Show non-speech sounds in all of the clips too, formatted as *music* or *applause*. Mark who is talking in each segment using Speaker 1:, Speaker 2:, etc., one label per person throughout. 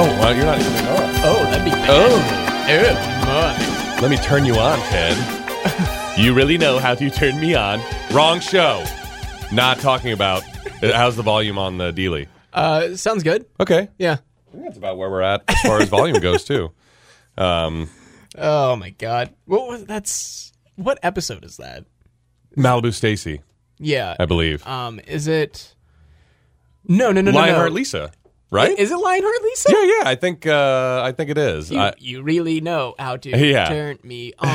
Speaker 1: Oh, be bad.
Speaker 2: Oh,
Speaker 1: Oh,
Speaker 2: let me turn you on, Ted. you really know how to turn me on. Wrong show. Not talking about uh, how's the volume on the Dealey.
Speaker 1: my. Uh, sounds good.
Speaker 2: Okay,
Speaker 1: Yeah.
Speaker 2: I think that's about where we're at as far as volume goes
Speaker 1: *laughs*
Speaker 2: too.
Speaker 1: Oh my god. What was that's what episode is that?
Speaker 2: Malibu Stacy,
Speaker 1: Yeah.
Speaker 2: I believe.
Speaker 1: Um is it No, no, no, no.
Speaker 2: Lionheart
Speaker 1: no.
Speaker 2: Lisa, right?
Speaker 1: Is it Lionheart Lisa?
Speaker 2: yeah, yeah. I think uh, I think it is.
Speaker 1: You,
Speaker 2: I-
Speaker 1: you really know how to
Speaker 2: Yeah.
Speaker 1: turn
Speaker 2: *laughs*
Speaker 1: me on.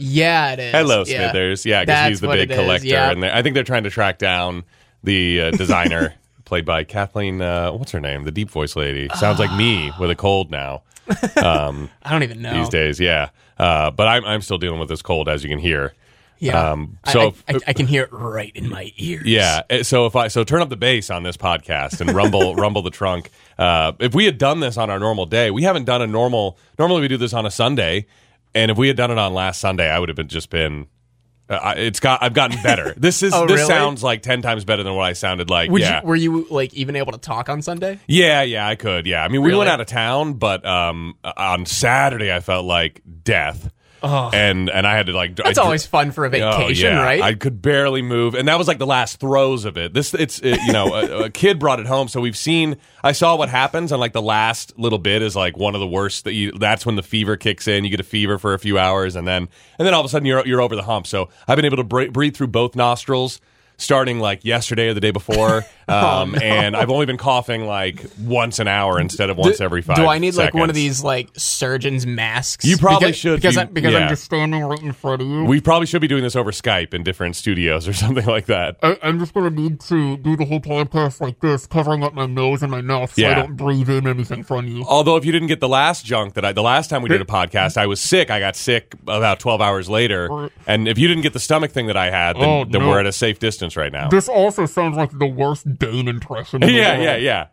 Speaker 1: yeah, it is.
Speaker 2: Hello,
Speaker 1: yeah.
Speaker 2: Smithers. Yeah, because
Speaker 1: That's
Speaker 2: he's the
Speaker 1: what
Speaker 2: big
Speaker 1: it is,
Speaker 2: collector,
Speaker 1: yeah.
Speaker 2: and they- I think they're trying to track down the
Speaker 1: *laughs*
Speaker 2: uh, designer, played by Kathleen. Uh, what's her name? The deep voice lady. Sounds like me
Speaker 1: Ah.
Speaker 2: with a cold now
Speaker 1: I don't even know.
Speaker 2: these days. Yeah, uh, but I'm I'm still dealing with this cold, as you can hear.
Speaker 1: Yeah.
Speaker 2: um,
Speaker 1: I-
Speaker 2: so
Speaker 1: I,
Speaker 2: if-
Speaker 1: I, I can hear it right in my ears.
Speaker 2: Yeah. eh, So if I so turn up the bass on this podcast and
Speaker 1: *laughs*
Speaker 2: rumble rumble the trunk. Uh, if we had done this on our normal day, we haven't done a normal. Normally we do this on a Sunday, and if we had done it on last Sunday, I would have been just been. Uh, I- it's got. I've gotten
Speaker 1: *laughs*
Speaker 2: better. This is.
Speaker 1: Oh,
Speaker 2: this
Speaker 1: really?
Speaker 2: sounds like ten times better than what I sounded like.
Speaker 1: Would
Speaker 2: yeah.
Speaker 1: you, were you like even able to talk on Sunday?
Speaker 2: yeah. Yeah. I could. Yeah. I mean, we
Speaker 1: Really?
Speaker 2: went out of town, but um, on Saturday I felt like death.
Speaker 1: Oh.
Speaker 2: And and I had to like. dr- I
Speaker 1: That's
Speaker 2: dr-
Speaker 1: always fun for a vacation,
Speaker 2: oh, yeah.
Speaker 1: right?
Speaker 2: I could barely move, and that was like the last throes of it. This, it's it, you know, a, a kid brought it home, so we've seen. I saw what happens, and like the last little bit is like one of the worst. That you, that's when the fever kicks in. You get a fever for a few hours, and then and then all of a sudden you're you're over the hump. So I've been able to br- breathe through both nostrils. Starting like yesterday or the day
Speaker 1: *laughs*
Speaker 2: before,
Speaker 1: Oh,
Speaker 2: um, and I've only been coughing like once an hour instead of once every five.
Speaker 1: Do I need like one of
Speaker 2: seconds.
Speaker 1: these like surgeon's masks?
Speaker 2: You probably
Speaker 1: Because-
Speaker 2: should
Speaker 1: because
Speaker 2: be-
Speaker 1: I, because
Speaker 2: yeah.
Speaker 1: I'm just standing right in front of you.
Speaker 2: We probably should be doing this over Skype in different studios or *laughs* something like that.
Speaker 3: I, I'm just gonna need to do the whole podcast like this, covering up my nose and my mouth so
Speaker 2: Yeah.
Speaker 3: I don't breathe in anything from you.
Speaker 2: Although if you didn't get the last junk that I the last time we did a podcast, I was sick. I got sick about twelve hours later, and if you didn't get the stomach thing that I had, then,
Speaker 3: Oh,
Speaker 2: then
Speaker 3: no.
Speaker 2: we're at a safe distance right now.
Speaker 3: This also sounds like the worst Dane impression. in
Speaker 2: *laughs*
Speaker 3: the
Speaker 2: yeah,
Speaker 3: world.
Speaker 2: yeah, yeah.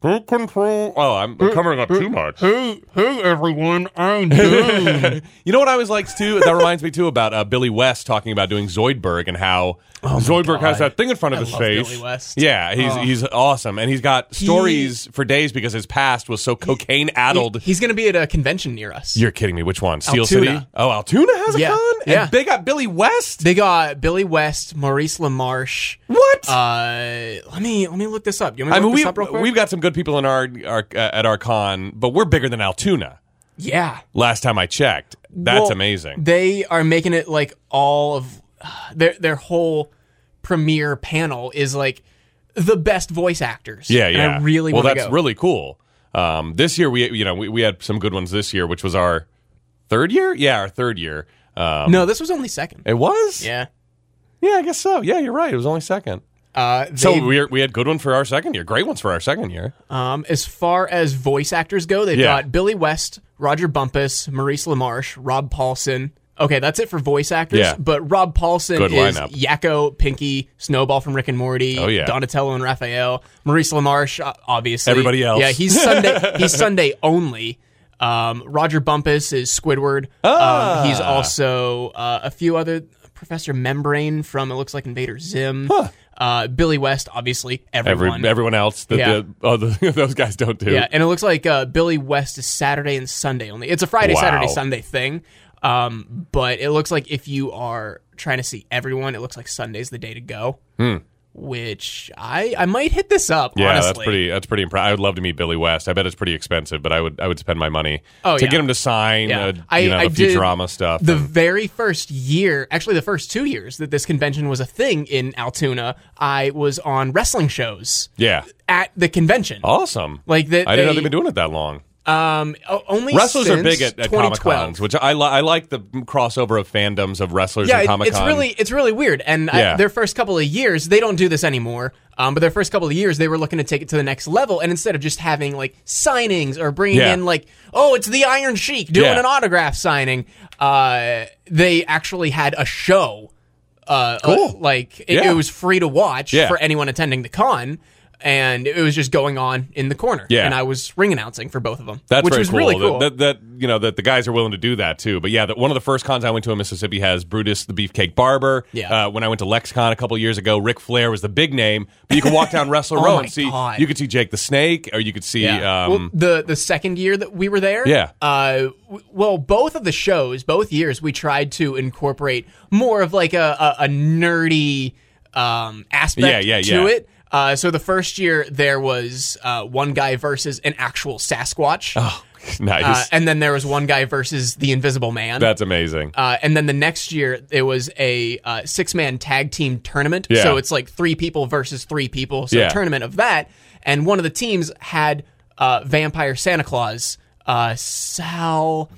Speaker 2: Group control. Oh, I'm covering up too much.
Speaker 3: Hey, hey, everyone,
Speaker 2: *laughs*
Speaker 3: I'm Dane.
Speaker 2: You know what I was like too? That reminds me too about uh, Billy West talking about doing Zoidberg and how Zoidberg has
Speaker 1: Oh God.
Speaker 2: that thing in front of
Speaker 1: I
Speaker 2: his
Speaker 1: love
Speaker 2: face.
Speaker 1: Billy West. Oh.
Speaker 2: Yeah, he's he's awesome, and he's got stories for days because his past was so cocaine addled.
Speaker 1: He- he's going to be at a convention near us.
Speaker 2: You're kidding me. Which one? Steel
Speaker 1: Altoona.
Speaker 2: City? Oh, Altoona has a
Speaker 1: Yeah,
Speaker 2: con? And
Speaker 1: yeah.
Speaker 2: they got Billy West?
Speaker 1: they got Billy West, Maurice LaMarche.
Speaker 2: what?
Speaker 1: Uh, let me let me look this up. You want me
Speaker 2: I
Speaker 1: to
Speaker 2: mean,
Speaker 1: look this
Speaker 2: we've,
Speaker 1: up real quick?
Speaker 2: we've got some good people in our, our uh, at our con, but we're bigger than Altoona.
Speaker 1: yeah,
Speaker 2: Last time I checked, that's
Speaker 1: Well,
Speaker 2: amazing.
Speaker 1: They are making it like all of their their whole premiere panel is like the best voice actors.
Speaker 2: yeah,
Speaker 1: And
Speaker 2: yeah.
Speaker 1: I really
Speaker 2: well,
Speaker 1: want
Speaker 2: that's
Speaker 1: go.
Speaker 2: really cool. Um, this year we you know we, we had some good ones this year, which was our third year. Yeah, our third year. Um,
Speaker 1: no, this was only second.
Speaker 2: it was.
Speaker 1: Yeah.
Speaker 2: yeah, I guess so. Yeah, you're right. It was only second.
Speaker 1: Uh, they,
Speaker 2: So we we had good one for our second year, great ones for our second year.
Speaker 1: Um, as far as voice actors go, they've
Speaker 2: Yeah.
Speaker 1: got Billy West, Roger Bumpus, Maurice LaMarche, Rob Paulson. Okay, that's it for voice actors.
Speaker 2: Yeah.
Speaker 1: But Rob Paulson
Speaker 2: Good
Speaker 1: is
Speaker 2: lineup.
Speaker 1: Yakko, Pinky, Snowball from Rick and Morty,
Speaker 2: Oh, yeah.
Speaker 1: Donatello and Raphael, Maurice LaMarche, uh, obviously.
Speaker 2: Everybody else.
Speaker 1: Yeah, he's
Speaker 2: *laughs*
Speaker 1: Sunday. he's Sunday only. Um, Roger Bumpus is Squidward.
Speaker 2: Ah.
Speaker 1: Um, he's also uh, a few other Professor Membrane from it looks like Invader Zim. Uh, Billy West, obviously.
Speaker 2: Every
Speaker 1: Everyone.
Speaker 2: everyone else that
Speaker 1: Yeah.
Speaker 2: the, oh, the, *laughs* those guys don't do.
Speaker 1: Yeah, and it looks like uh, Billy West is Saturday and Sunday only. It's a Friday,
Speaker 2: Wow.
Speaker 1: Saturday, Sunday thing. Um, but it looks like if you are trying to see everyone, it looks like Sunday's the day to go. Which I I might hit this up.
Speaker 2: Hmm. Yeah,
Speaker 1: honestly.
Speaker 2: that's pretty. That's pretty impressive. I would love to meet Billy West. I bet it's pretty expensive, but I would. I would spend my money
Speaker 1: Oh,
Speaker 2: to
Speaker 1: yeah.
Speaker 2: get him to sign.
Speaker 1: Yeah.
Speaker 2: Uh,
Speaker 1: I-
Speaker 2: you know,
Speaker 1: I
Speaker 2: the
Speaker 1: did
Speaker 2: Futurama stuff.
Speaker 1: The
Speaker 2: and-
Speaker 1: very first year, actually the first two years that this convention was a thing in Altoona, I was on wrestling shows
Speaker 2: yeah,
Speaker 1: at the convention.
Speaker 2: awesome.
Speaker 1: Like that,
Speaker 2: I didn't know
Speaker 1: they-
Speaker 2: they've been doing it that long.
Speaker 1: Um, o- only
Speaker 2: Wrestlers are
Speaker 1: since
Speaker 2: big at, at
Speaker 1: 2012.
Speaker 2: comic cons, which I li- I like the crossover of fandoms of wrestlers
Speaker 1: yeah,
Speaker 2: and
Speaker 1: it-
Speaker 2: comic
Speaker 1: it's
Speaker 2: con.
Speaker 1: really it's really weird. And I-
Speaker 2: Yeah.
Speaker 1: their first couple of years, they don't do this anymore. Um, but their first couple of years, they were looking to take it to the next level. And instead of just having like signings or bringing
Speaker 2: Yeah.
Speaker 1: in like, oh, it's the Iron Sheik doing
Speaker 2: Yeah.
Speaker 1: an autograph signing, uh, they actually had a show. Uh, uh,
Speaker 2: Cool.
Speaker 1: like it,
Speaker 2: Yeah.
Speaker 1: it was free to watch
Speaker 2: Yeah.
Speaker 1: for anyone attending the con. and it was just going on in the corner.
Speaker 2: Yeah.
Speaker 1: and I was ring announcing for both of them.
Speaker 2: That's
Speaker 1: which
Speaker 2: very
Speaker 1: was
Speaker 2: cool.
Speaker 1: really
Speaker 2: that-
Speaker 1: cool.
Speaker 2: That, that, you know that the guys are willing to do that too. But yeah, that one of the first cons I went to in Mississippi has Brutus the Beefcake Barber.
Speaker 1: Yeah.
Speaker 2: Uh, when I went to LexCon a couple years ago, Ric Flair was the big name. But you could walk
Speaker 1: *laughs*
Speaker 2: down Wrestler
Speaker 1: Oh
Speaker 2: Row
Speaker 1: my
Speaker 2: and see
Speaker 1: God.
Speaker 2: you could see Jake the Snake, or you could see
Speaker 1: Yeah.
Speaker 2: um,
Speaker 1: well, the the second year that we were there,
Speaker 2: Yeah.
Speaker 1: Uh, w- well, both of the shows, both years, we tried to incorporate more of like a a, a nerdy um aspect
Speaker 2: Yeah, yeah,
Speaker 1: to
Speaker 2: yeah.
Speaker 1: it. Uh, so the first year there was uh, one guy versus an actual Sasquatch,
Speaker 2: Oh.
Speaker 1: uh,
Speaker 2: *laughs* nice.
Speaker 1: and then there was one guy versus the Invisible Man.
Speaker 2: That's amazing.
Speaker 1: Uh, and then the next year, it was a uh, six man tag team tournament.
Speaker 2: Yeah.
Speaker 1: So it's like three people versus three people. So
Speaker 2: Yeah.
Speaker 1: a tournament of that. And one of the teams had uh, Vampire Santa Claus, uh, Sal.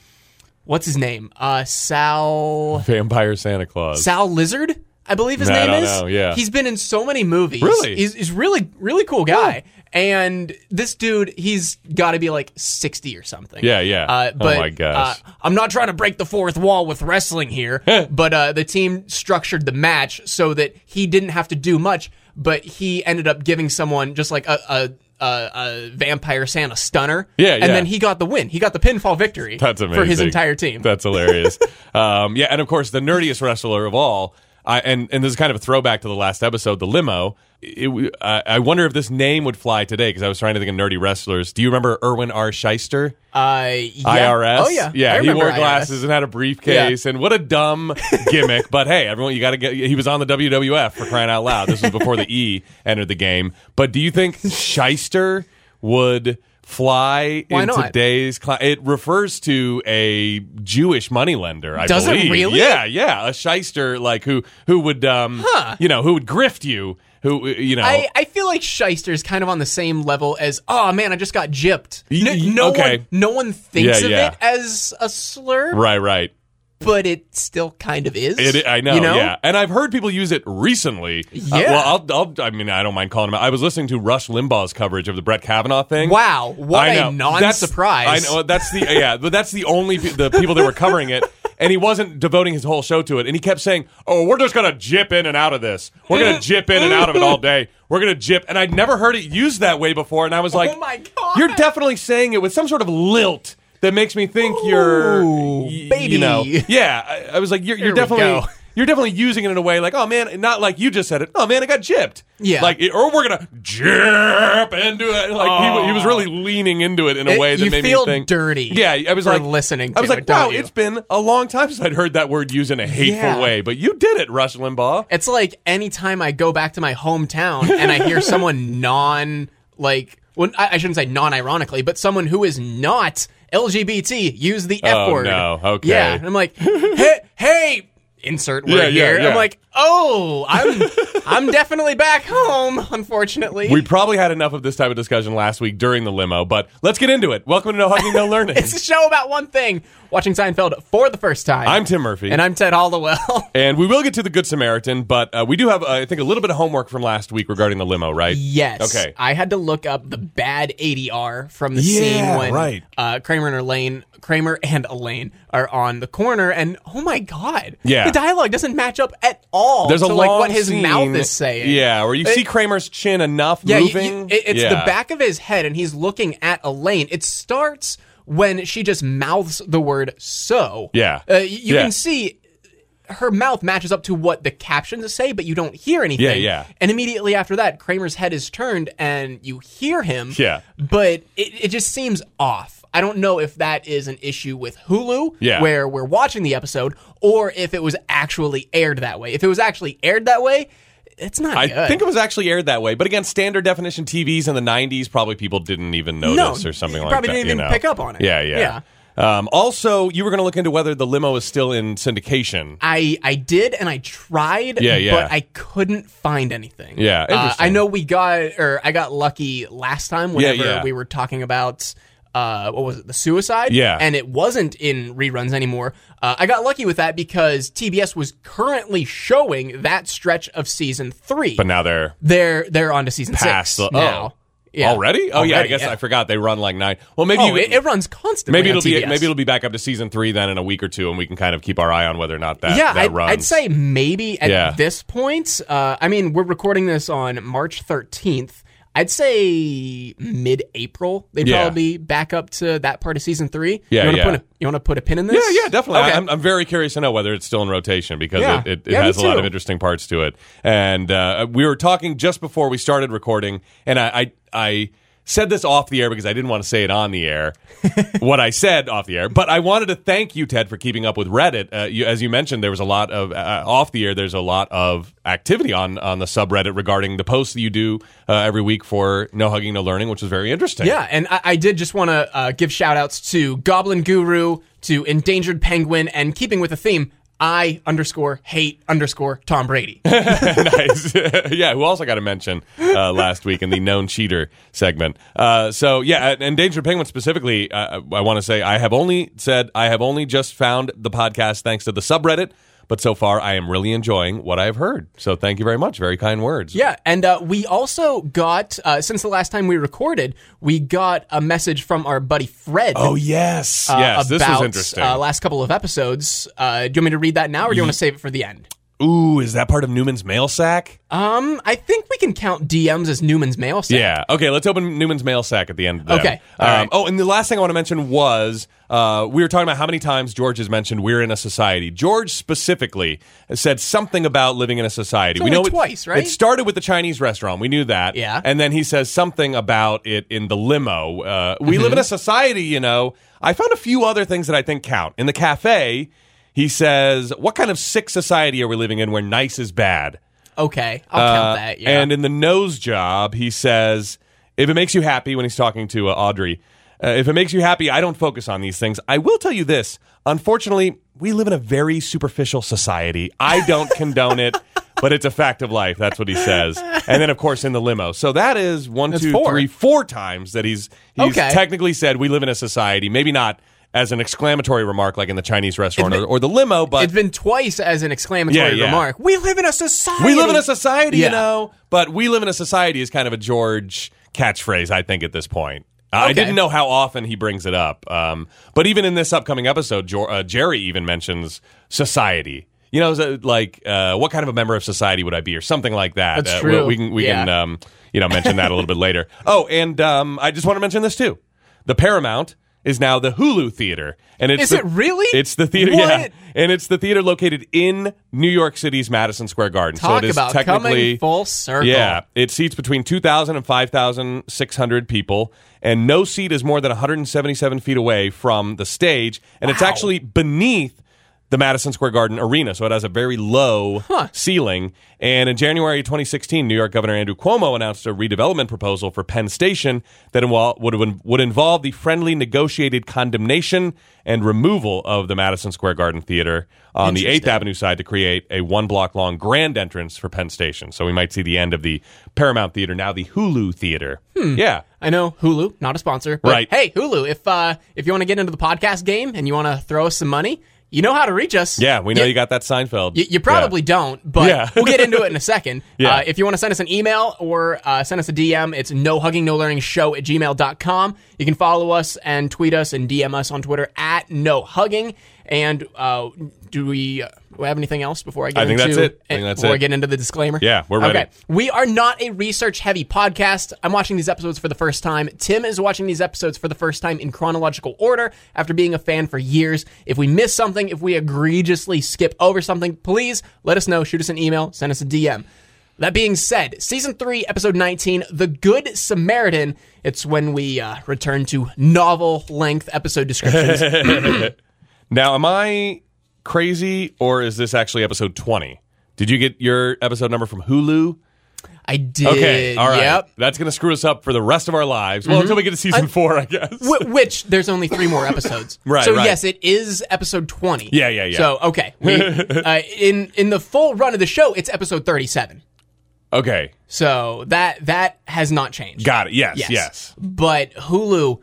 Speaker 1: What's his name? Uh, Sal.
Speaker 2: Vampire Santa Claus.
Speaker 1: Sal Lizard, I believe his
Speaker 2: I
Speaker 1: name
Speaker 2: don't
Speaker 1: is.
Speaker 2: know, yeah.
Speaker 1: He's been in so many movies.
Speaker 2: Really?
Speaker 1: He's, he's really, really cool guy. And this dude, he's got to be like 60 or something.
Speaker 2: Yeah, yeah.
Speaker 1: Uh,
Speaker 2: Oh
Speaker 1: but,
Speaker 2: my gosh.
Speaker 1: Uh, I'm not trying to break the fourth wall with
Speaker 2: *laughs*
Speaker 1: wrestling here, but uh, the team structured the match so that he didn't have to do much, but he ended up giving someone just like a. a a, a vampire Santa stunner,
Speaker 2: Yeah,
Speaker 1: and
Speaker 2: yeah.
Speaker 1: then he got the win. He got the pinfall victory
Speaker 2: That's amazing
Speaker 1: for his entire team.
Speaker 2: That's hilarious.
Speaker 1: *laughs*
Speaker 2: um, yeah, and of course the nerdiest wrestler of all. I, and and this is kind of a throwback to the last episode, the limo. It, w- I, I wonder if this name would fly today because I was trying to think of nerdy wrestlers. Do you remember Erwin R. Shyster,
Speaker 1: uh, yeah.
Speaker 2: IRS?
Speaker 1: Oh yeah, I
Speaker 2: yeah. He
Speaker 1: remember
Speaker 2: wore
Speaker 1: IRS.
Speaker 2: glasses and had a briefcase, and what a
Speaker 1: *laughs*
Speaker 2: dumb gimmick. but hey, everyone, you got to get. He was on the WWF for crying out loud. This was before the E entered the game. But do you think Shyster would fly
Speaker 1: Why
Speaker 2: in
Speaker 1: not?
Speaker 2: today's cla- It refers to a Jewish moneylender. I
Speaker 1: Does it
Speaker 2: believe.
Speaker 1: really?
Speaker 2: Yeah, yeah, a shyster like who who would um you know who would grift you who uh, you know.
Speaker 1: I, I feel like Shyster is kind of on the same level as oh man I just got gypped. No,
Speaker 2: y-
Speaker 1: no
Speaker 2: okay.
Speaker 1: one no one thinks
Speaker 2: Yeah,
Speaker 1: of
Speaker 2: yeah.
Speaker 1: it as a slur,
Speaker 2: Right, right.
Speaker 1: but it still kind of is.
Speaker 2: It, I know,
Speaker 1: You know?
Speaker 2: yeah. And I've heard people use it recently. Uh,
Speaker 1: Yeah.
Speaker 2: well, I'll, I'll, I mean, I don't mind calling him out. I was listening to Rush Limbaugh's coverage of the Brett Kavanaugh thing.
Speaker 1: Wow, what
Speaker 2: I know.
Speaker 1: a non
Speaker 2: That's- I
Speaker 1: surprise.
Speaker 2: know that's the yeah, but that's the only pe- the people that were covering it, and he wasn't devoting his whole show to it. And he kept saying, "Oh, we're just gonna jip in and out of this. We're gonna jip in and out of it all day. We're gonna jip." And I'd never heard it used that way before, and I was like,
Speaker 1: Oh my God.
Speaker 2: you're definitely saying it with some sort of lilt." That makes me think you're,
Speaker 1: Ooh,
Speaker 2: y-
Speaker 1: baby.
Speaker 2: you know, yeah. I, I was like, you're, you're
Speaker 1: Here we
Speaker 2: definitely,
Speaker 1: go.
Speaker 2: you're definitely using it in a way like, oh man, not like you just said it. Oh man, I got gypped.
Speaker 1: Yeah.
Speaker 2: like it- or we're gonna jip into it. Like he, wa- he was really leaning into it in a
Speaker 1: It-
Speaker 2: way that
Speaker 1: you
Speaker 2: made
Speaker 1: feel
Speaker 2: me think
Speaker 1: dirty
Speaker 2: Yeah, I was
Speaker 1: for
Speaker 2: like
Speaker 1: listening
Speaker 2: I was
Speaker 1: to
Speaker 2: like,
Speaker 1: it,
Speaker 2: wow,
Speaker 1: don't you?
Speaker 2: it's been a long time since I'd heard that word used in a hateful
Speaker 1: Yeah.
Speaker 2: way, but you did it, Rush Limbaugh.
Speaker 1: It's like anytime I go back to my hometown and I
Speaker 2: *laughs*
Speaker 1: hear someone non like when I, I shouldn't say non ironically, but someone who is not LGBT use the F
Speaker 2: Oh,
Speaker 1: word.
Speaker 2: no. Okay.
Speaker 1: Yeah. And I'm like, hey, hey insert word
Speaker 2: Yeah, yeah,
Speaker 1: here.
Speaker 2: yeah.
Speaker 1: I'm like, oh, I'm I'm definitely back home, unfortunately.
Speaker 2: We probably had enough of this type of discussion last week during the limo, but let's get into it. Welcome to No Hugging,
Speaker 1: *laughs*
Speaker 2: No Learning.
Speaker 1: it's a show about one thing, watching Seinfeld for the first time.
Speaker 2: I'm Tim Murphy.
Speaker 1: and I'm Ted Hollowell.
Speaker 2: And we will get to the Good Samaritan, but uh, we do have, uh, I think, a little bit of homework from last week regarding the limo, right?
Speaker 1: Yes.
Speaker 2: Okay.
Speaker 1: I had to look up the bad ADR from the
Speaker 2: Yeah,
Speaker 1: scene when
Speaker 2: right.
Speaker 1: uh, Kramer and Elaine, Kramer and Elaine are on the corner, and oh my god,
Speaker 2: Yeah.
Speaker 1: the dialogue doesn't match up at all.
Speaker 2: There's a
Speaker 1: to,
Speaker 2: long
Speaker 1: like what his
Speaker 2: scene-
Speaker 1: mouth is saying.
Speaker 2: Yeah, where you see Kramer's chin enough
Speaker 1: Yeah, you- you-
Speaker 2: moving.
Speaker 1: it- it's
Speaker 2: Yeah.
Speaker 1: the back of his head, and he's looking at Elaine. It starts when she just mouths the word "so."
Speaker 2: Yeah.
Speaker 1: uh, y- you
Speaker 2: Yeah.
Speaker 1: can see her mouth matches up to what the captions say, but you don't hear anything.
Speaker 2: Yeah, yeah.
Speaker 1: And immediately after that, Kramer's head is turned, and you hear him.
Speaker 2: Yeah.
Speaker 1: but it, it just seems off. I don't know if that is an issue with Hulu,
Speaker 2: Yeah.
Speaker 1: where we're watching the episode, or if it was actually aired that way. If it was actually aired that way, it's not
Speaker 2: I
Speaker 1: good.
Speaker 2: think it was actually aired that way, but again, standard definition TVs in the '90s probably people didn't even notice or something
Speaker 1: you
Speaker 2: like
Speaker 1: probably
Speaker 2: that.
Speaker 1: didn't
Speaker 2: you
Speaker 1: even
Speaker 2: know.
Speaker 1: pick up on it.
Speaker 2: Yeah, yeah. Um, also, you were going to look into whether the limo is still in syndication.
Speaker 1: I I did and I tried,
Speaker 2: Yeah, yeah.
Speaker 1: but I couldn't find anything.
Speaker 2: Yeah,
Speaker 1: Uh,
Speaker 2: interesting.
Speaker 1: I know we got or I got lucky last time whenever
Speaker 2: yeah.
Speaker 1: we were talking about uh, what was it, the suicide?
Speaker 2: Yeah.
Speaker 1: and it wasn't in reruns anymore. Uh, I got lucky with that because TBS was currently showing that stretch of season three.
Speaker 2: But now they're
Speaker 1: they're they're on to season
Speaker 2: past
Speaker 1: six
Speaker 2: the
Speaker 1: now.
Speaker 2: oh, already. Oh yeah, I guess I forgot they run like nine. Well, maybe
Speaker 1: Oh,
Speaker 2: you,
Speaker 1: it, it runs constantly.
Speaker 2: maybe
Speaker 1: on
Speaker 2: it'll be
Speaker 1: TBS.
Speaker 2: maybe it'll be back up to season three then in a week or two, and we can kind of keep our eye on whether or not that
Speaker 1: yeah,
Speaker 2: that
Speaker 1: I'd,
Speaker 2: runs.
Speaker 1: I'd say maybe at
Speaker 2: Yeah.
Speaker 1: this point. Uh, I mean, we're recording this on March 13th. I'd say mid-April. They'd
Speaker 2: Yeah.
Speaker 1: probably be back up to that part of season three.
Speaker 2: Yeah,
Speaker 1: you wanna
Speaker 2: yeah.
Speaker 1: Put a, you want to put a pin in this?
Speaker 2: Yeah, yeah, definitely.
Speaker 1: Okay.
Speaker 2: I- I'm, I'm very curious to know whether it's still in rotation because
Speaker 1: Yeah.
Speaker 2: it, it, it
Speaker 1: Yeah, me
Speaker 2: has a lot
Speaker 1: too.
Speaker 2: of interesting parts to it. And uh, we were talking just before we started recording, and I, I, I said this off the air because I didn't want to say it on the
Speaker 1: *laughs*
Speaker 2: air, what I said off the air. But I wanted to thank you, Ted, for keeping up with Reddit. Uh, you, as you mentioned, there was a lot of, uh, off the air, there's a lot of activity on, on the subreddit regarding the posts that you do uh, every week for No Hugging, No Learning, which is very interesting.
Speaker 1: Yeah, and I, I did just want to uh, give shout outs to Goblin Guru, to Endangered Penguin, and keeping with the theme, I underscore hate underscore
Speaker 2: *laughs*
Speaker 1: Tom Brady.
Speaker 2: nice. *laughs* yeah, who also got a mention uh, last week in the known cheater segment. Uh, so yeah, and endangered penguin specifically, uh, I want to say I have only said I have only just found the podcast thanks to the subreddit, but so far I am really enjoying what I have heard. So thank you very much. Very kind words.
Speaker 1: yeah, and uh, we also got, uh, since the last time we recorded, we got a message from our buddy Fred.
Speaker 2: Oh yes,
Speaker 1: uh,
Speaker 2: yes. this
Speaker 1: about,
Speaker 2: was interesting.
Speaker 1: Uh, last couple of episodes. Uh, do you want me to read that now, or do you want to save it for the end?
Speaker 2: Ooh, is that part of Newman's mail sack?
Speaker 1: Um, I think we can count DMs as Newman's mail. Set.
Speaker 2: Yeah. Okay, let's open Newman's mail sack at the end of that.
Speaker 1: Okay.
Speaker 2: Um,
Speaker 1: All right.
Speaker 2: Oh, and the last thing I want to mention was uh, we were talking about how many times George has mentioned we're in a society. George specifically said something about living in a society. we
Speaker 1: only
Speaker 2: know it-
Speaker 1: twice, right?
Speaker 2: It started with the Chinese restaurant. We knew that.
Speaker 1: Yeah.
Speaker 2: And then he says something about it in the limo. Uh, we
Speaker 1: Mm-hmm.
Speaker 2: live in a society, you know. I found a few other things that I think count. In the cafe, he says, What kind of sick society are we living in where nice is bad?
Speaker 1: Okay, I'll
Speaker 2: Uh,
Speaker 1: count that. Yeah.
Speaker 2: And in the nose job, he says, if it makes you happy, when he's talking to uh, Audrey, uh, if it makes you happy, I don't focus on these things. I will tell you this. Unfortunately, we live in a very superficial society. I don't condone
Speaker 1: *laughs*
Speaker 2: it, but it's a fact of life. That's what he says. And then, of course, in the limo. So that is one,
Speaker 1: That's
Speaker 2: two,
Speaker 1: four.
Speaker 2: three, four times that he's, he's
Speaker 1: Okay.
Speaker 2: technically said we live in a society. Maybe not as an exclamatory remark like in the Chinese restaurant or, or the limo, but
Speaker 1: it's been twice as an exclamatory
Speaker 2: Yeah, yeah.
Speaker 1: remark. We live in a society.
Speaker 2: we live in a society, you
Speaker 1: Yeah.
Speaker 2: know, but we live in a society is kind of a George catchphrase, I think, at this point. Uh, I
Speaker 1: Okay.
Speaker 2: didn't know how often he brings it up. Um, but even in this upcoming episode, Jor- uh, Jerry even mentions society. You know, so, like, uh, what kind of a member of society would I be, or something like that?
Speaker 1: That's
Speaker 2: Uh, we-
Speaker 1: true.
Speaker 2: we can, we
Speaker 1: Yeah.
Speaker 2: can um, you know, mention that a
Speaker 1: *laughs*
Speaker 2: little bit later. Oh, and um, I just want to mention this, too. The Paramount is now the Hulu Theater. and it's
Speaker 1: Is
Speaker 2: the-
Speaker 1: it really?
Speaker 2: It's the theater.
Speaker 1: What?
Speaker 2: Yeah. And it's the theater located in New York City's Madison Square Garden.
Speaker 1: Talk
Speaker 2: so it is
Speaker 1: about
Speaker 2: technically
Speaker 1: coming full circle.
Speaker 2: Yeah, it seats between 2,000 and 5,600 people, and no seat is more than 177 feet away from the stage, and it's
Speaker 1: Wow.
Speaker 2: actually beneath the Madison Square Garden arena, so it has a very low ceiling. And in January 2016, New York Governor Andrew Cuomo announced a redevelopment proposal for Penn Station that invo- would, would involve the friendly negotiated condemnation and removal of the Madison Square Garden Theater on the 8th Avenue side to create a one block long grand entrance for Penn Station. So we might see the end of the Paramount Theater, now the Hulu Theater.
Speaker 1: Hmm.
Speaker 2: Yeah.
Speaker 1: I know Hulu, not a sponsor, but
Speaker 2: Right.
Speaker 1: hey Hulu, if uh, if you want to get into the podcast game and you want to throw us some money, you know how to reach us.
Speaker 2: Yeah, we know you got that Seinfeld.
Speaker 1: You, you probably don't, but
Speaker 2: Yeah.
Speaker 1: we'll get into it
Speaker 2: *laughs*
Speaker 1: in a second.
Speaker 2: Yeah.
Speaker 1: Uh, if you want to send us an email or uh, send us a DM, it's no hugging, no learning show at gmail.com. You can follow us and tweet us and DM us on Twitter at no hugging. And uh, do we, uh, we have anything else before I get
Speaker 2: I think
Speaker 1: into eh,
Speaker 2: that's it. I think that's
Speaker 1: before I
Speaker 2: it.
Speaker 1: get into the disclaimer?
Speaker 2: Yeah, we're ready.
Speaker 1: Okay. We are not a research heavy podcast. I'm watching these episodes for the first time. Tim is watching these episodes for the first time in chronological order after being a fan for years. If we miss something, if we egregiously skip over something, please let us know. Shoot us an email, send us a DM. That being said, season three, episode 19, The Good Samaritan. It's when we uh, return to novel length episode descriptions.
Speaker 2: *laughs* Now, am I crazy or is this actually episode 20? Did you get your episode number from Hulu?
Speaker 1: I did.
Speaker 2: Okay, all right.
Speaker 1: Uh, Yep. Mm-hmm.
Speaker 2: That's going to screw us up for the rest of our lives. Well, until we get to season four, I guess.
Speaker 1: Wh- which there's only three more episodes.
Speaker 2: *laughs* Right,
Speaker 1: So
Speaker 2: right.
Speaker 1: yes, it is episode twenty.
Speaker 2: Yeah, yeah, yeah.
Speaker 1: So okay,
Speaker 2: *laughs*
Speaker 1: we, uh, in in the full run of the show, it's episode thirty-seven.
Speaker 2: okay,
Speaker 1: So that that has not changed.
Speaker 2: got it. Yes, yes.
Speaker 1: But Hulu,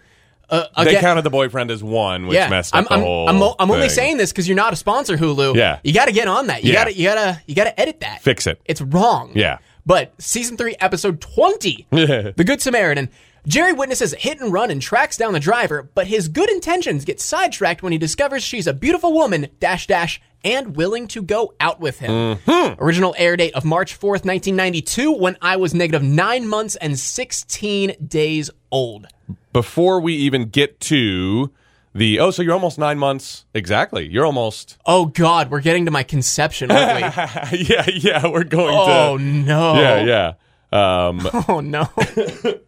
Speaker 1: uh,
Speaker 2: They
Speaker 1: again,
Speaker 2: counted the boyfriend as one, which
Speaker 1: yeah,
Speaker 2: messed up
Speaker 1: I'm,
Speaker 2: the
Speaker 1: I'm,
Speaker 2: whole.
Speaker 1: I'm, I'm only
Speaker 2: thing.
Speaker 1: saying this because you're not a sponsor, Hulu.
Speaker 2: Yeah.
Speaker 1: you got to get on that. You
Speaker 2: Yeah.
Speaker 1: got to you got to you got to edit that.
Speaker 2: Fix it.
Speaker 1: It's wrong.
Speaker 2: Yeah.
Speaker 1: But season three,
Speaker 2: *laughs*
Speaker 1: episode 20, The Good Samaritan, Jerry witnesses a hit and run and tracks down the driver, but his good intentions get sidetracked when he discovers she's a beautiful woman, dash, dash, and willing to go out with him.
Speaker 2: Mm-hmm.
Speaker 1: Original air date of March 4th, 1992, when I was negative nine months and 16 days old.
Speaker 2: Before we even get to the oh, so you're almost nine months exactly. You're almost *laughs*
Speaker 1: Oh, God, we're getting to my conception, aren't we?
Speaker 2: yeah, yeah. We're going
Speaker 1: oh,
Speaker 2: to
Speaker 1: no.
Speaker 2: yeah, yeah. Um,
Speaker 1: *laughs* Oh no.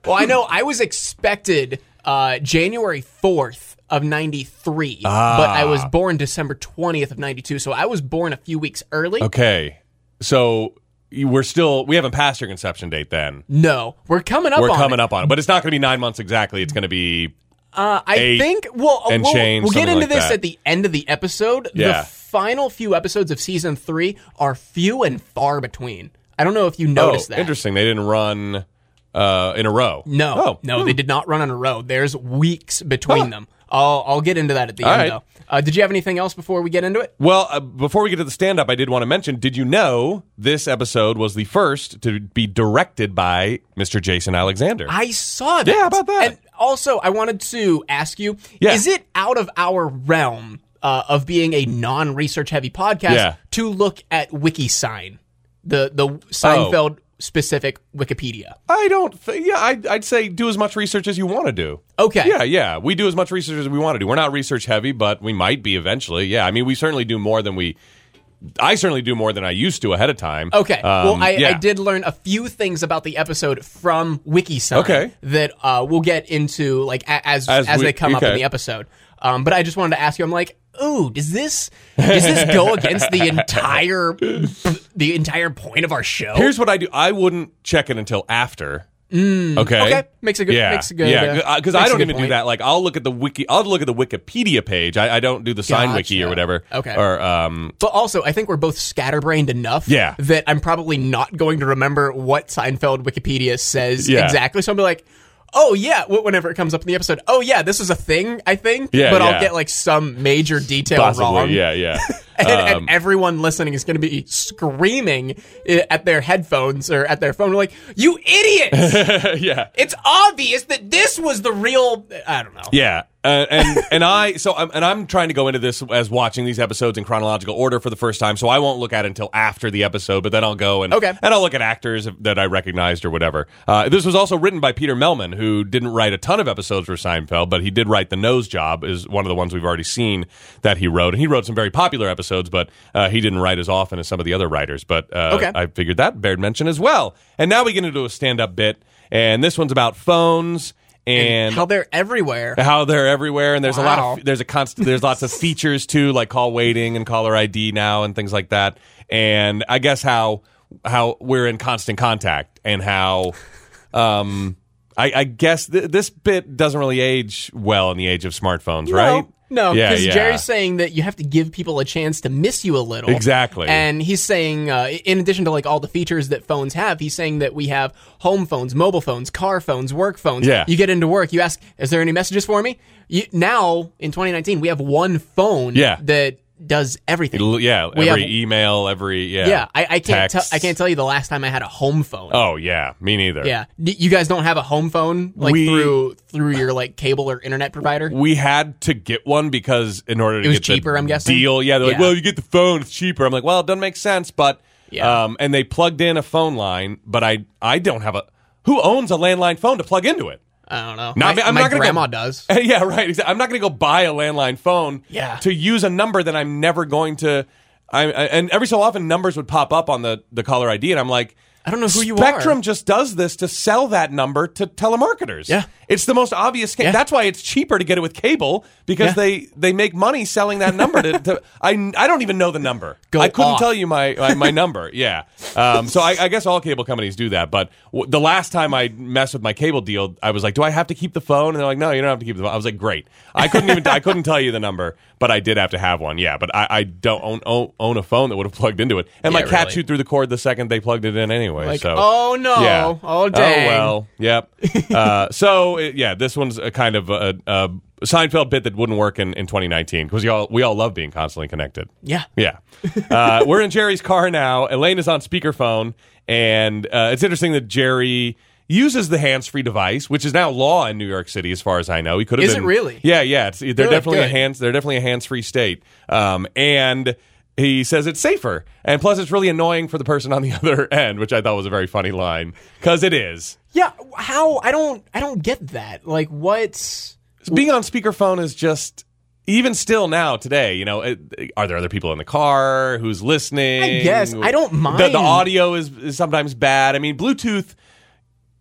Speaker 1: well, I know I was expected uh, January fourth of ninety three, but I
Speaker 2: Ah.
Speaker 1: was born December twentieth of ninety two, so I was born a few weeks early.
Speaker 2: okay, so you- we're still we haven't passed your conception date. Then
Speaker 1: No, we're coming up.
Speaker 2: we're
Speaker 1: on
Speaker 2: coming
Speaker 1: it.
Speaker 2: up on it, but it's not going to be nine months exactly. It's going to be
Speaker 1: Uh, I
Speaker 2: eight
Speaker 1: think. Well,
Speaker 2: and
Speaker 1: we'll,
Speaker 2: change,
Speaker 1: we'll get
Speaker 2: something
Speaker 1: into
Speaker 2: like
Speaker 1: this
Speaker 2: that.
Speaker 1: at the end of the episode.
Speaker 2: Yeah.
Speaker 1: The final few episodes of season three are few and far between. I don't know if you noticed
Speaker 2: oh,
Speaker 1: that.
Speaker 2: interesting. They didn't run uh, in a row.
Speaker 1: No,
Speaker 2: Oh,
Speaker 1: no, they did not run on a row. There's weeks between them. I'll I'll get into that at the
Speaker 2: All
Speaker 1: end
Speaker 2: right.
Speaker 1: though. Uh, did you have anything else before we get into it?
Speaker 2: Well, uh, before we get to the stand up, I did want to mention did you know this episode was the first to be directed by Mr. Jason Alexander?
Speaker 1: I saw that.
Speaker 2: Yeah, how about that?
Speaker 1: And also, I wanted to ask you:
Speaker 2: Yeah.
Speaker 1: Is it out of our realm uh, of being a non-research heavy podcast
Speaker 2: Yeah.
Speaker 1: to look at WikiSign, the the Seinfeld
Speaker 2: Oh.
Speaker 1: specific Wikipedia?
Speaker 2: I don't. Th- yeah, I'd, I'd say do as much research as you want to do.
Speaker 1: Okay.
Speaker 2: Yeah, yeah. We do as much research as we want to do. We're not research heavy, but we might be eventually. Yeah, I mean, we certainly do more than we. I certainly do more than I used to ahead of time.
Speaker 1: Okay. well,
Speaker 2: Um,
Speaker 1: I, I
Speaker 2: yeah.
Speaker 1: did learn a few things about the episode from WikiSign
Speaker 2: Okay.
Speaker 1: that uh, we'll get into like a- as as,
Speaker 2: As we-
Speaker 1: they come up in
Speaker 2: okay.
Speaker 1: the episode. Um, but I just wanted to ask you. I'm like, ooh, does this does this go against
Speaker 2: *laughs*
Speaker 1: the entire the entire point of our show?
Speaker 2: Here's what I do. I wouldn't check it until after. okay.
Speaker 1: Mm. okay. Makes a good-
Speaker 2: Yeah.
Speaker 1: makes a good,
Speaker 2: Yeah.
Speaker 1: uh,
Speaker 2: Because
Speaker 1: makes
Speaker 2: I
Speaker 1: a
Speaker 2: don't
Speaker 1: good
Speaker 2: even do
Speaker 1: point.
Speaker 2: that. Like I'll look at the wiki. I'll look at the Wikipedia page. I, I don't do the sign
Speaker 1: Gotcha.
Speaker 2: wiki or whatever.
Speaker 1: Okay.
Speaker 2: Or um.
Speaker 1: But also, I think we're both scatterbrained enough
Speaker 2: Yeah.
Speaker 1: that I'm probably not going to remember what Seinfeld Wikipedia says
Speaker 2: Yeah.
Speaker 1: exactly. So I'm like, oh, yeah, wh- whenever it comes up in the episode, oh, yeah, this is a thing, I think.
Speaker 2: Yeah,
Speaker 1: but I'll
Speaker 2: yeah.
Speaker 1: get like some major detail
Speaker 2: Possibly.
Speaker 1: wrong.
Speaker 2: Yeah. Yeah. *laughs*
Speaker 1: And,
Speaker 2: Uh,
Speaker 1: and everyone listening is going to be screaming i- at their headphones or at their phone, like, you
Speaker 2: *laughs*
Speaker 1: idiots!
Speaker 2: yeah.
Speaker 1: it's obvious that this was the real. I don't know.
Speaker 2: Yeah, uh, and and I so I'm, and I'm trying to go into this as watching these episodes in chronological order for the first time, so I won't look at it until after the episode. But then I'll go and
Speaker 1: Okay.
Speaker 2: and I'll look at actors that I recognized or whatever. Uh, this was also written by Peter Melman, who didn't write a ton of episodes for Seinfeld, but he did write The Nose Job, is one of the ones we've already seen that he wrote, and he wrote some very popular episodes, but uh, he didn't write as often as some of the other writers. But uh,
Speaker 1: Okay.
Speaker 2: I figured that bared mention as well. And now we get into a stand up bit, and this one's about phones. And
Speaker 1: How they're everywhere.
Speaker 2: how they're everywhere and there's a lot
Speaker 1: Wow.
Speaker 2: of there's a constant there's lots
Speaker 1: *laughs*
Speaker 2: of features too like call waiting and caller ID now and things like that and I guess how how we're in constant contact and how um I, I guess th- this bit doesn't really age well in the age of smartphones right
Speaker 1: No,
Speaker 2: yeah,
Speaker 1: because
Speaker 2: yeah.
Speaker 1: Jerry's saying that you have to give people a chance to miss you a little.
Speaker 2: Exactly.
Speaker 1: And he's saying, uh, in addition to like all the features that phones have, he's saying that we have home phones, mobile phones, car phones, work phones.
Speaker 2: Yeah.
Speaker 1: You get into work, you ask, "Is there any messages for me?" You, now in 2019, we have one phone.
Speaker 2: Yeah.
Speaker 1: That does everything.
Speaker 2: L- yeah
Speaker 1: We
Speaker 2: every
Speaker 1: have-
Speaker 2: email every yeah
Speaker 1: yeah. I, I can't. Te-
Speaker 2: Texts.
Speaker 1: I can't tell you the last time I had a home phone.
Speaker 2: oh yeah me neither
Speaker 1: Yeah. D- you guys don't have a home phone like
Speaker 2: We-
Speaker 1: through through your like cable or internet provider.
Speaker 2: we had to get one because in order to
Speaker 1: was
Speaker 2: get the
Speaker 1: cheaper, I'm guessing?
Speaker 2: deal, yeah, they're like,
Speaker 1: Yeah.
Speaker 2: well, you get the phone, it's cheaper. I'm like, well, it doesn't make sense, but
Speaker 1: Yeah.
Speaker 2: um, and they plugged in a phone line, but I I don't have a who owns a landline phone to plug into it. *laughs*
Speaker 1: I don't know.
Speaker 2: Not
Speaker 1: my
Speaker 2: me- I'm
Speaker 1: my
Speaker 2: not gonna go-
Speaker 1: grandma does.
Speaker 2: yeah, right. Exactly. I'm not going to go buy a landline phone
Speaker 1: Yeah.
Speaker 2: to use a number that I'm never going to. I, I- and every so often, numbers would pop up on the the caller ID, and I'm like.
Speaker 1: I don't know who you are.
Speaker 2: Spectrum just does this to sell that number to telemarketers.
Speaker 1: Yeah.
Speaker 2: It's the most obvious. Ca-
Speaker 1: Yeah.
Speaker 2: That's why it's cheaper to get it with cable because
Speaker 1: Yeah.
Speaker 2: they, they make money selling that number. To,
Speaker 1: *laughs*
Speaker 2: to I, I don't even know the number.
Speaker 1: Go
Speaker 2: I couldn't
Speaker 1: off.
Speaker 2: tell you my, my, my number. Yeah. Um, so I, I guess all cable companies do that. But w- the last time I messed with my cable deal, I was like, do I have to keep the phone? And they're like, no, you don't have to keep the phone. I was like, great. I couldn't even, I couldn't tell you the number, but I did have to have one. Yeah. But I, I don't own, own, own a phone that would have plugged into it. And my
Speaker 1: Yeah,
Speaker 2: cat
Speaker 1: really.
Speaker 2: chewed through the cord the second they plugged it in anyway.
Speaker 1: Like,
Speaker 2: so
Speaker 1: oh, no. Oh, dang.
Speaker 2: well.
Speaker 1: *laughs*
Speaker 2: Yep. uh, so it- yeah, this one's a kind of a, a Seinfeld bit that wouldn't work in, in 2019 because y'all we all love being constantly connected.
Speaker 1: Yeah.
Speaker 2: *laughs* Yeah. Uh, we're in Jerry's car now. Elaine is on speakerphone, and uh, it's interesting that Jerry uses the hands-free device, which is now law in New York City, as far as I know. He could have
Speaker 1: Is it
Speaker 2: been
Speaker 1: really?
Speaker 2: Yeah, yeah. It's, they're
Speaker 1: Good,
Speaker 2: definitely a
Speaker 1: good.
Speaker 2: hands. They're definitely a hands-free state. Um, and he says it's safer, and plus it's really annoying for the person on the *laughs* other end, which I thought was a very funny line because it is.
Speaker 1: Yeah, how I don't I don't get that. Like what?
Speaker 2: being on speakerphone is just even still now today you know it, are there other people in the car who's listening
Speaker 1: I guess. I don't mind.
Speaker 2: the, the audio is, is sometimes bad i mean bluetooth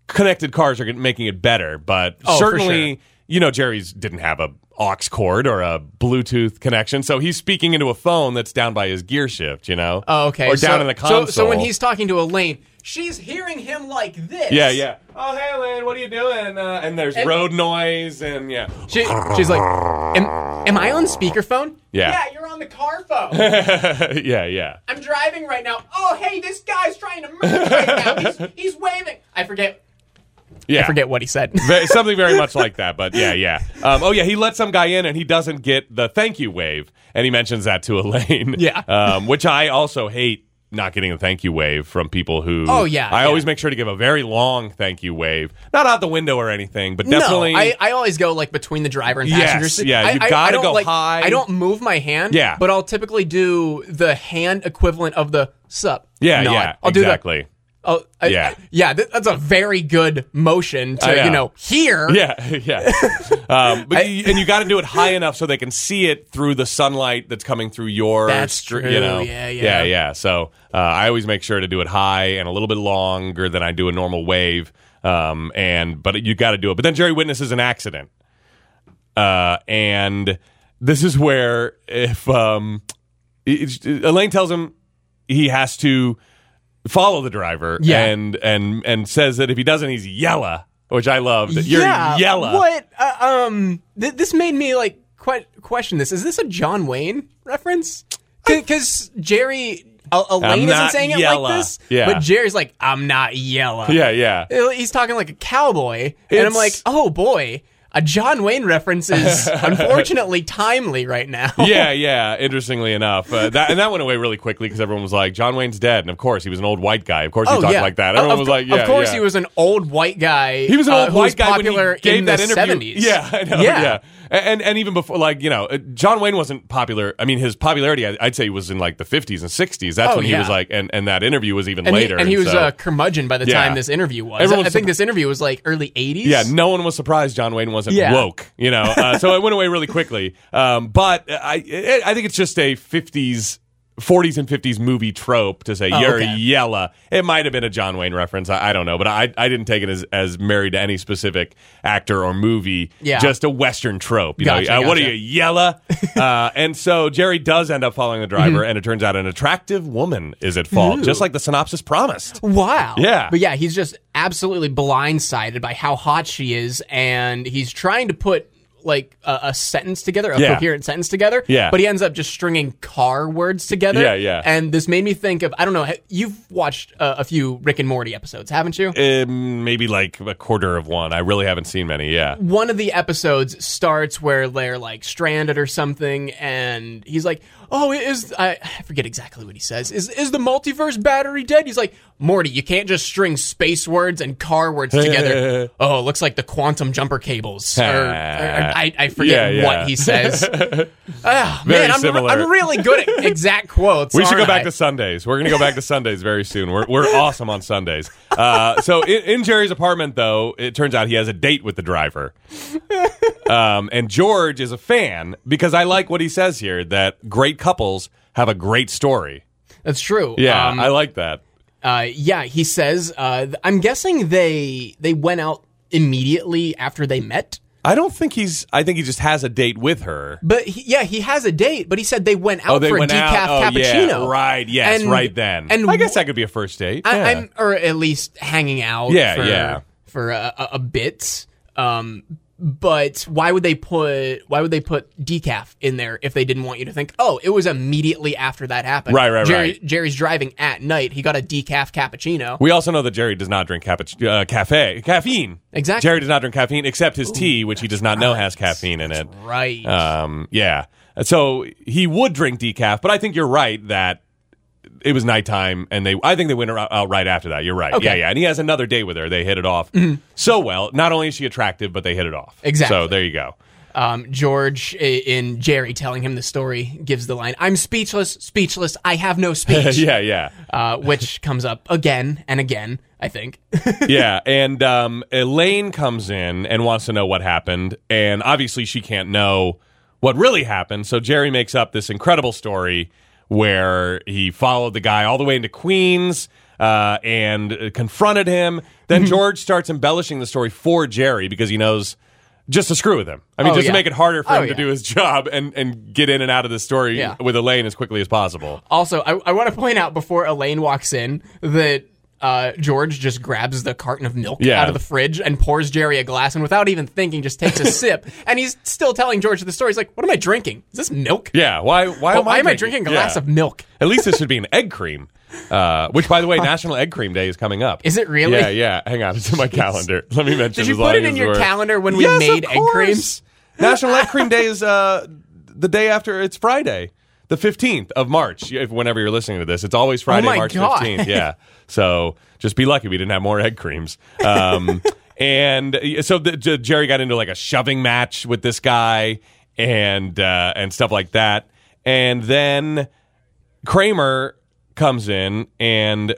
Speaker 2: connected cars are get- making it better but
Speaker 1: Oh, for
Speaker 2: certainly you know jerry's didn't have a aux cord or a bluetooth connection so he's speaking into a phone that's down by his gear shift you know
Speaker 1: Oh, okay.
Speaker 2: or
Speaker 1: so,
Speaker 2: down in the console
Speaker 1: so- So, when he's talking to Elaine, she's hearing him like this.
Speaker 2: yeah yeah oh hey lynn what are you doing uh, and there's road noise and yeah *laughs*
Speaker 1: She, she's like, am, am I on speakerphone?
Speaker 2: Yeah.
Speaker 1: Yeah, you're on the car phone. *laughs*
Speaker 2: yeah yeah
Speaker 1: I'm driving right now. Oh, hey, this guy's trying to move right now. He's, he's waving. I forget.
Speaker 2: yeah
Speaker 1: I forget what he said. *laughs*
Speaker 2: Ve- something very much like that, but yeah, yeah. Um, oh yeah, he let some guy in and he doesn't get the thank you wave, and he mentions that to *laughs* Elaine.
Speaker 1: Yeah.
Speaker 2: um, which I also hate not getting the thank you wave from people who.
Speaker 1: Oh, yeah,
Speaker 2: I
Speaker 1: yeah.
Speaker 2: always make sure to give a very long thank you wave, not out the window or anything, but definitely.
Speaker 1: No, I, I always go like between the driver and
Speaker 2: Yes,
Speaker 1: passenger seat.
Speaker 2: yeah,
Speaker 1: I-
Speaker 2: you
Speaker 1: I- I
Speaker 2: gotta
Speaker 1: don't,
Speaker 2: go
Speaker 1: like-
Speaker 2: high.
Speaker 1: I don't move my hand.
Speaker 2: Yeah.
Speaker 1: but I'll typically do the hand equivalent of the sup.
Speaker 2: yeah,
Speaker 1: nod.
Speaker 2: yeah,
Speaker 1: I'll do that.
Speaker 2: exactly.
Speaker 1: Oh, I,
Speaker 2: Yeah.
Speaker 1: yeah, yeah. th- that's a very good motion to
Speaker 2: I know.
Speaker 1: you know here.
Speaker 2: Yeah, *laughs* yeah. Um, but you, and you got to do it high enough so they can see it through the sunlight that's coming through your.
Speaker 1: That's
Speaker 2: str- You
Speaker 1: true.
Speaker 2: know,
Speaker 1: Yeah, yeah.
Speaker 2: yeah, yeah. So uh, I always make sure to do it high and a little bit longer than I do a normal wave. Um, and but you got to do it. But then Jerry witnesses an accident, uh, and this is where if um, it's- Elaine tells him he has to follow the driver
Speaker 1: Yeah.
Speaker 2: and and and says that if he doesn't he's yella which i love that you're
Speaker 1: yeah,
Speaker 2: yella
Speaker 1: What? Uh, um, th- this made me like que- question this. Is this a John Wayne reference? Because Jerry, uh, Elaine
Speaker 2: not
Speaker 1: isn't saying it
Speaker 2: yella.
Speaker 1: like this,
Speaker 2: Yeah.
Speaker 1: but Jerry's like, I'm not yellow.
Speaker 2: yeah yeah
Speaker 1: he's talking like a cowboy, and
Speaker 2: It's-
Speaker 1: I'm like, oh boy, a John Wayne reference
Speaker 2: *laughs*
Speaker 1: is unfortunately timely right now.
Speaker 2: yeah yeah interestingly enough uh, that and that went away really quickly because everyone was like john wayne's dead and of course he was an old white guy of course he talked like that
Speaker 1: Of-
Speaker 2: everyone
Speaker 1: Oh, of,
Speaker 2: was like yeah
Speaker 1: of course
Speaker 2: yeah.
Speaker 1: he was an old white guy.
Speaker 2: he was an
Speaker 1: uh,
Speaker 2: old
Speaker 1: who
Speaker 2: white guy
Speaker 1: popular
Speaker 2: when he gave
Speaker 1: in
Speaker 2: that
Speaker 1: the
Speaker 2: interview.
Speaker 1: 70s.
Speaker 2: Yeah, I know, yeah,
Speaker 1: Yeah.
Speaker 2: and and even before, like you know, uh, John Wayne wasn't popular. I mean, his popularity, I- I'd say, was in like the fifties and sixties. That's
Speaker 1: Oh,
Speaker 2: when he
Speaker 1: yeah.
Speaker 2: was like, and and that interview was even
Speaker 1: And
Speaker 2: later.
Speaker 1: He, and he was uh,
Speaker 2: so-
Speaker 1: a curmudgeon by the
Speaker 2: Yeah.
Speaker 1: time this interview was.
Speaker 2: Everyone
Speaker 1: I
Speaker 2: was
Speaker 1: think
Speaker 2: surprised.
Speaker 1: this interview was like early 80s.
Speaker 2: Yeah, no one was surprised John Wayne wasn't
Speaker 1: Yeah.
Speaker 2: woke, you know. Uh, so it went away really quickly. Um, but I, it, I think it's just a '50s, '40s and '50s movie trope to say
Speaker 1: Oh,
Speaker 2: you're
Speaker 1: okay.
Speaker 2: yella. It might have been a John Wayne reference. I, I don't know, but I, I didn't take it as, as married to any specific actor or movie.
Speaker 1: Yeah.
Speaker 2: just a Western trope. You
Speaker 1: Gotcha,
Speaker 2: know, uh, what are
Speaker 1: gotcha.
Speaker 2: you
Speaker 1: *laughs*
Speaker 2: yella? uh, and so Jerry does end up following the driver,
Speaker 1: Mm-hmm.
Speaker 2: and it turns out an attractive woman is at fault, just like the synopsis promised.
Speaker 1: Wow.
Speaker 2: Yeah.
Speaker 1: But yeah, he's just absolutely blindsided by how hot she is, and he's trying to put like a, a sentence together, a
Speaker 2: Yeah.
Speaker 1: coherent sentence together.
Speaker 2: Yeah.
Speaker 1: But he ends up just stringing car words together.
Speaker 2: Yeah, yeah.
Speaker 1: And this made me think of I don't know. ha- You've watched uh, a few Rick and Morty episodes, haven't you?
Speaker 2: Um, maybe like a quarter of one. I really haven't seen many. Yeah.
Speaker 1: one of the episodes starts where they're like stranded or something, and he's like, "Oh, is I, I forget exactly what he says. Is is the multiverse battery dead?" He's like, "Morty, you can't just string space words and
Speaker 2: *laughs*
Speaker 1: car words together." oh, it looks like the quantum jumper cables. Or, or- I, I forget
Speaker 2: Yeah, yeah.
Speaker 1: what
Speaker 2: *laughs*
Speaker 1: he says. Ah,
Speaker 2: Very
Speaker 1: man, I'm,
Speaker 2: similar.
Speaker 1: I'm really
Speaker 2: *laughs*
Speaker 1: good at exact quotes.
Speaker 2: We should go
Speaker 1: aren't
Speaker 2: back
Speaker 1: I?
Speaker 2: to Sundays. We're going to go back to Sundays very soon. We're, we're awesome on Sundays. Uh, so in, in Jerry's apartment, though, it turns out he has a date with the driver. Um, and George is a fan because I like what he says here that great couples have a great story.
Speaker 1: That's true.
Speaker 2: Yeah,
Speaker 1: Um,
Speaker 2: I like that.
Speaker 1: uh, yeah, he says. Uh, th- I'm guessing they they went out immediately after they met.
Speaker 2: I don't think he's. I think he just has a date with her.
Speaker 1: But he, yeah, he has a date. But he said they went out
Speaker 2: Oh, they
Speaker 1: for a
Speaker 2: went
Speaker 1: decaf
Speaker 2: out. Oh,
Speaker 1: cappuccino.
Speaker 2: yeah, right. Yes,
Speaker 1: And-
Speaker 2: right then.
Speaker 1: and
Speaker 2: I guess that could be a first date.
Speaker 1: I,
Speaker 2: yeah.
Speaker 1: I'm or at least hanging out.
Speaker 2: Yeah,
Speaker 1: for,
Speaker 2: yeah.
Speaker 1: for a, a, a bit. Um, but why would they put why would they put decaf in there if they didn't want you to think? Oh, it was immediately after that happened.
Speaker 2: Right, right,
Speaker 1: Jerry,
Speaker 2: right.
Speaker 1: Jerry's driving at night. He got a decaf cappuccino.
Speaker 2: We also know that Jerry does not drink cappuc- uh, cafe caffeine.
Speaker 1: Exactly.
Speaker 2: Jerry does not drink caffeine except his tea, which he does not know has caffeine in it.
Speaker 1: Right.
Speaker 2: Um, yeah. So he would drink decaf, but I think you're right that it was nighttime, and they. I think they went out out right after that. You're right.
Speaker 1: Okay. Mm-hmm.
Speaker 2: Yeah, yeah. And he has another date with her. They hit it off so well. Not only is she attractive, but they hit it off.
Speaker 1: Exactly.
Speaker 2: So there you go.
Speaker 1: Um, George i- in Jerry telling him the story gives the line, "I'm speechless, speechless. I
Speaker 2: *laughs*
Speaker 1: have no speech,"
Speaker 2: yeah, yeah. *laughs*
Speaker 1: uh, which comes up again and again. I think. *laughs*
Speaker 2: yeah, and um, Elaine comes in and wants to know what happened, and obviously she can't know what really happened. So Jerry makes up this incredible story where he followed the guy all the way into Queens uh, and uh, confronted him. Then
Speaker 1: Mm-hmm.
Speaker 2: George starts embellishing the story for Jerry because he knows just to screw with him. I mean,
Speaker 1: Oh,
Speaker 2: just
Speaker 1: yeah.
Speaker 2: to make it harder for
Speaker 1: Oh,
Speaker 2: him to
Speaker 1: yeah.
Speaker 2: do his job and and get in and out of the story
Speaker 1: Yeah.
Speaker 2: with Elaine as quickly as possible.
Speaker 1: Also, I, I want to point out before Elaine walks in that uh, George just grabs the carton of milk
Speaker 2: Yeah.
Speaker 1: out of the fridge and pours Jerry a glass, and without even thinking,
Speaker 2: *laughs*
Speaker 1: just takes a sip. And he's still telling George the story. He's like, "What am I drinking? Is this milk?
Speaker 2: Yeah, why? Why,
Speaker 1: Oh,
Speaker 2: am, I
Speaker 1: why am I drinking a glass
Speaker 2: Yeah.
Speaker 1: of milk?"
Speaker 2: At least this should be an egg cream. Uh, which, by the way,
Speaker 1: *laughs*
Speaker 2: National Egg Cream Day is coming up.
Speaker 1: Is it really?
Speaker 2: Yeah, yeah. Hang on, it's in my calendar. Let me mention.
Speaker 1: Did you
Speaker 2: as
Speaker 1: put
Speaker 2: long
Speaker 1: it in
Speaker 2: as
Speaker 1: your
Speaker 2: we're-
Speaker 1: calendar when we
Speaker 2: Yes,
Speaker 1: made
Speaker 2: of
Speaker 1: egg
Speaker 2: course.
Speaker 1: creams?
Speaker 2: National Egg
Speaker 1: *laughs*
Speaker 2: Cream Day is uh, the day after. It's Friday, the fifteenth of March. If whenever you're listening to this, it's always Friday,
Speaker 1: Oh my
Speaker 2: March
Speaker 1: God.
Speaker 2: fifteenth.
Speaker 1: *laughs*
Speaker 2: Yeah. So just be lucky we didn't have more egg creams.
Speaker 1: *laughs*
Speaker 2: Um, and uh, so the, J- Jerry got into like a shoving match with this guy and uh, and stuff like that. And then Kramer comes in and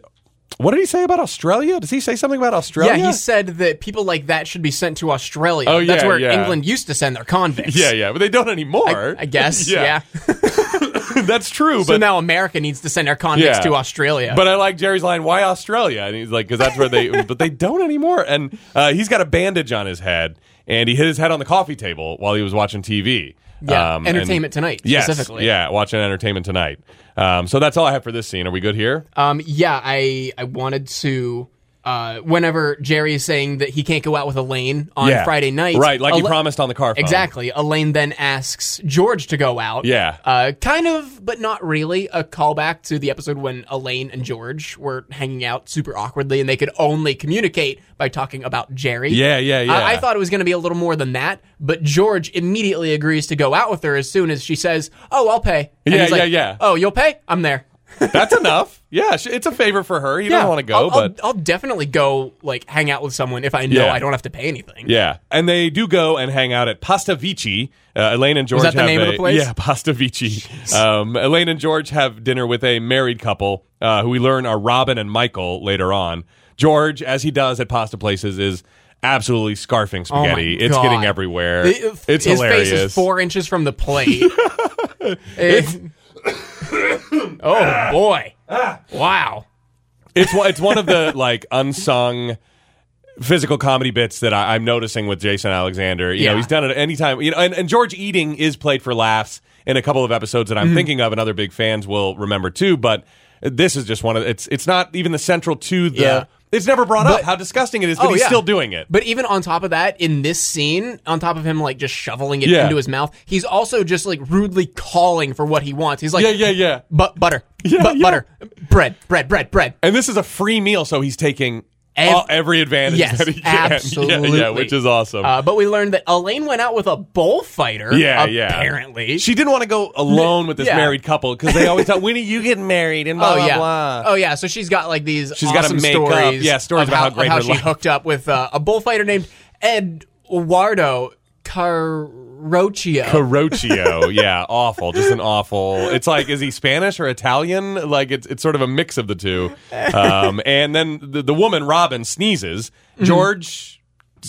Speaker 2: what did he say about Australia? Does he say something about Australia?
Speaker 1: Yeah, he said that people like that should be sent to Australia.
Speaker 2: Oh,
Speaker 1: That's
Speaker 2: yeah,
Speaker 1: where
Speaker 2: yeah.
Speaker 1: England used to send their convicts.
Speaker 2: yeah, yeah, but they don't anymore.
Speaker 1: I guess.
Speaker 2: *laughs* yeah,
Speaker 1: Yeah.
Speaker 2: *laughs* that's true.
Speaker 1: so
Speaker 2: but
Speaker 1: now America needs to send our convicts
Speaker 2: Yeah.
Speaker 1: to Australia.
Speaker 2: But I like Jerry's line, "Why Australia?" And he's like, "Because that's where
Speaker 1: *laughs*
Speaker 2: they." but they don't anymore. And uh, he's got a bandage on his head, and he hit his head on the coffee table while he was watching TV.
Speaker 1: Yeah,
Speaker 2: um, and-
Speaker 1: Entertainment Tonight,
Speaker 2: Yes,
Speaker 1: specifically.
Speaker 2: Yeah, watching Entertainment Tonight. Um, so that's all I have for this scene. Are we good here?
Speaker 1: Um, yeah, I I wanted to. Uh, whenever Jerry is saying that he can't go out with Elaine on
Speaker 2: Yeah.
Speaker 1: Friday night,
Speaker 2: right? Like he
Speaker 1: Ela-
Speaker 2: promised on the car. Phone.
Speaker 1: Exactly. Elaine then asks George to go out.
Speaker 2: Yeah.
Speaker 1: Uh, kind of, but not really, a callback to the episode when Elaine and George were hanging out super awkwardly and they could only communicate by talking about Jerry.
Speaker 2: Yeah, yeah, yeah.
Speaker 1: I, I thought it was going to be a little more than that, but George immediately agrees to go out with her as soon as she says, Oh, I'll pay. And
Speaker 2: Yeah,
Speaker 1: he's like,
Speaker 2: yeah, yeah.
Speaker 1: Oh, you'll pay? I'm there.
Speaker 2: That's enough. Yeah, sh- it's a favor for her. He doesn't want to go,
Speaker 1: I'll,
Speaker 2: but
Speaker 1: I'll, I'll definitely go like hang out with someone if I know
Speaker 2: Yeah.
Speaker 1: I don't have to pay anything.
Speaker 2: Yeah, and they do go and hang out at Pasta Vici. Uh, Elaine and George
Speaker 1: that the
Speaker 2: have
Speaker 1: name
Speaker 2: a,
Speaker 1: of the place?
Speaker 2: Yeah, *laughs* Pasta Vici. Um, Elaine and George have dinner with a married couple uh, who we learn are Robin and Michael later on. George, as he does at pasta places, is absolutely scarfing
Speaker 1: Oh my
Speaker 2: spaghetti. it's
Speaker 1: God.
Speaker 2: getting everywhere.
Speaker 1: It-
Speaker 2: it's
Speaker 1: his
Speaker 2: hilarious.
Speaker 1: face is four inches from
Speaker 2: *laughs*
Speaker 1: the plate. Eh. *coughs* oh
Speaker 2: *coughs*
Speaker 1: boy! Wow.
Speaker 2: it's one- it's one of the like unsung physical comedy bits that I, I'm noticing with Jason Alexander. You know,
Speaker 1: Yeah.
Speaker 2: he's done it any time. You know, and, and George Eating is played for laughs in a couple of episodes that I'm
Speaker 1: Mm-hmm.
Speaker 2: thinking of, and other big fans will remember too. But this is just one of it's it's not even the central to the.
Speaker 1: Yeah.
Speaker 2: It's never brought up how disgusting it is, but
Speaker 1: Oh,
Speaker 2: he's
Speaker 1: yeah.
Speaker 2: still doing it.
Speaker 1: But even on top of that, in this scene, on top of him like just shoveling it
Speaker 2: Yeah.
Speaker 1: into his mouth, he's also just like rudely calling for what he wants. He's like,
Speaker 2: yeah, yeah, yeah.
Speaker 1: but butter, but
Speaker 2: yeah.
Speaker 1: butter, bread, bread, bread, bread.
Speaker 2: And this is a free meal, so he's taking
Speaker 1: Ev-
Speaker 2: all, every advantage
Speaker 1: *laughs* Yes,
Speaker 2: that he can. *laughs* Yeah, yeah,
Speaker 1: absolutely.
Speaker 2: which is awesome.
Speaker 1: Uh, but we learned that Elaine went out with a bullfighter.
Speaker 2: Yeah, yeah.
Speaker 1: apparently.
Speaker 2: she didn't want to go alone with this
Speaker 1: Yeah.
Speaker 2: married couple because they always thought, "When are you getting married?" And blah
Speaker 1: Oh
Speaker 2: blah
Speaker 1: yeah.
Speaker 2: blah.
Speaker 1: Oh yeah. So she's got like these.
Speaker 2: She's gotta
Speaker 1: awesome
Speaker 2: make up-
Speaker 1: stories.
Speaker 2: yeah, stories
Speaker 1: of
Speaker 2: about how great
Speaker 1: of how
Speaker 2: her
Speaker 1: she
Speaker 2: life-
Speaker 1: hooked up with uh, a bullfighter named Eduardo Carroccio.
Speaker 2: Caroccio, yeah, awful, just an awful. It's like, is he Spanish or Italian? Like, it's it's sort of a mix of the two. Um, and then the, the woman Robin sneezes. George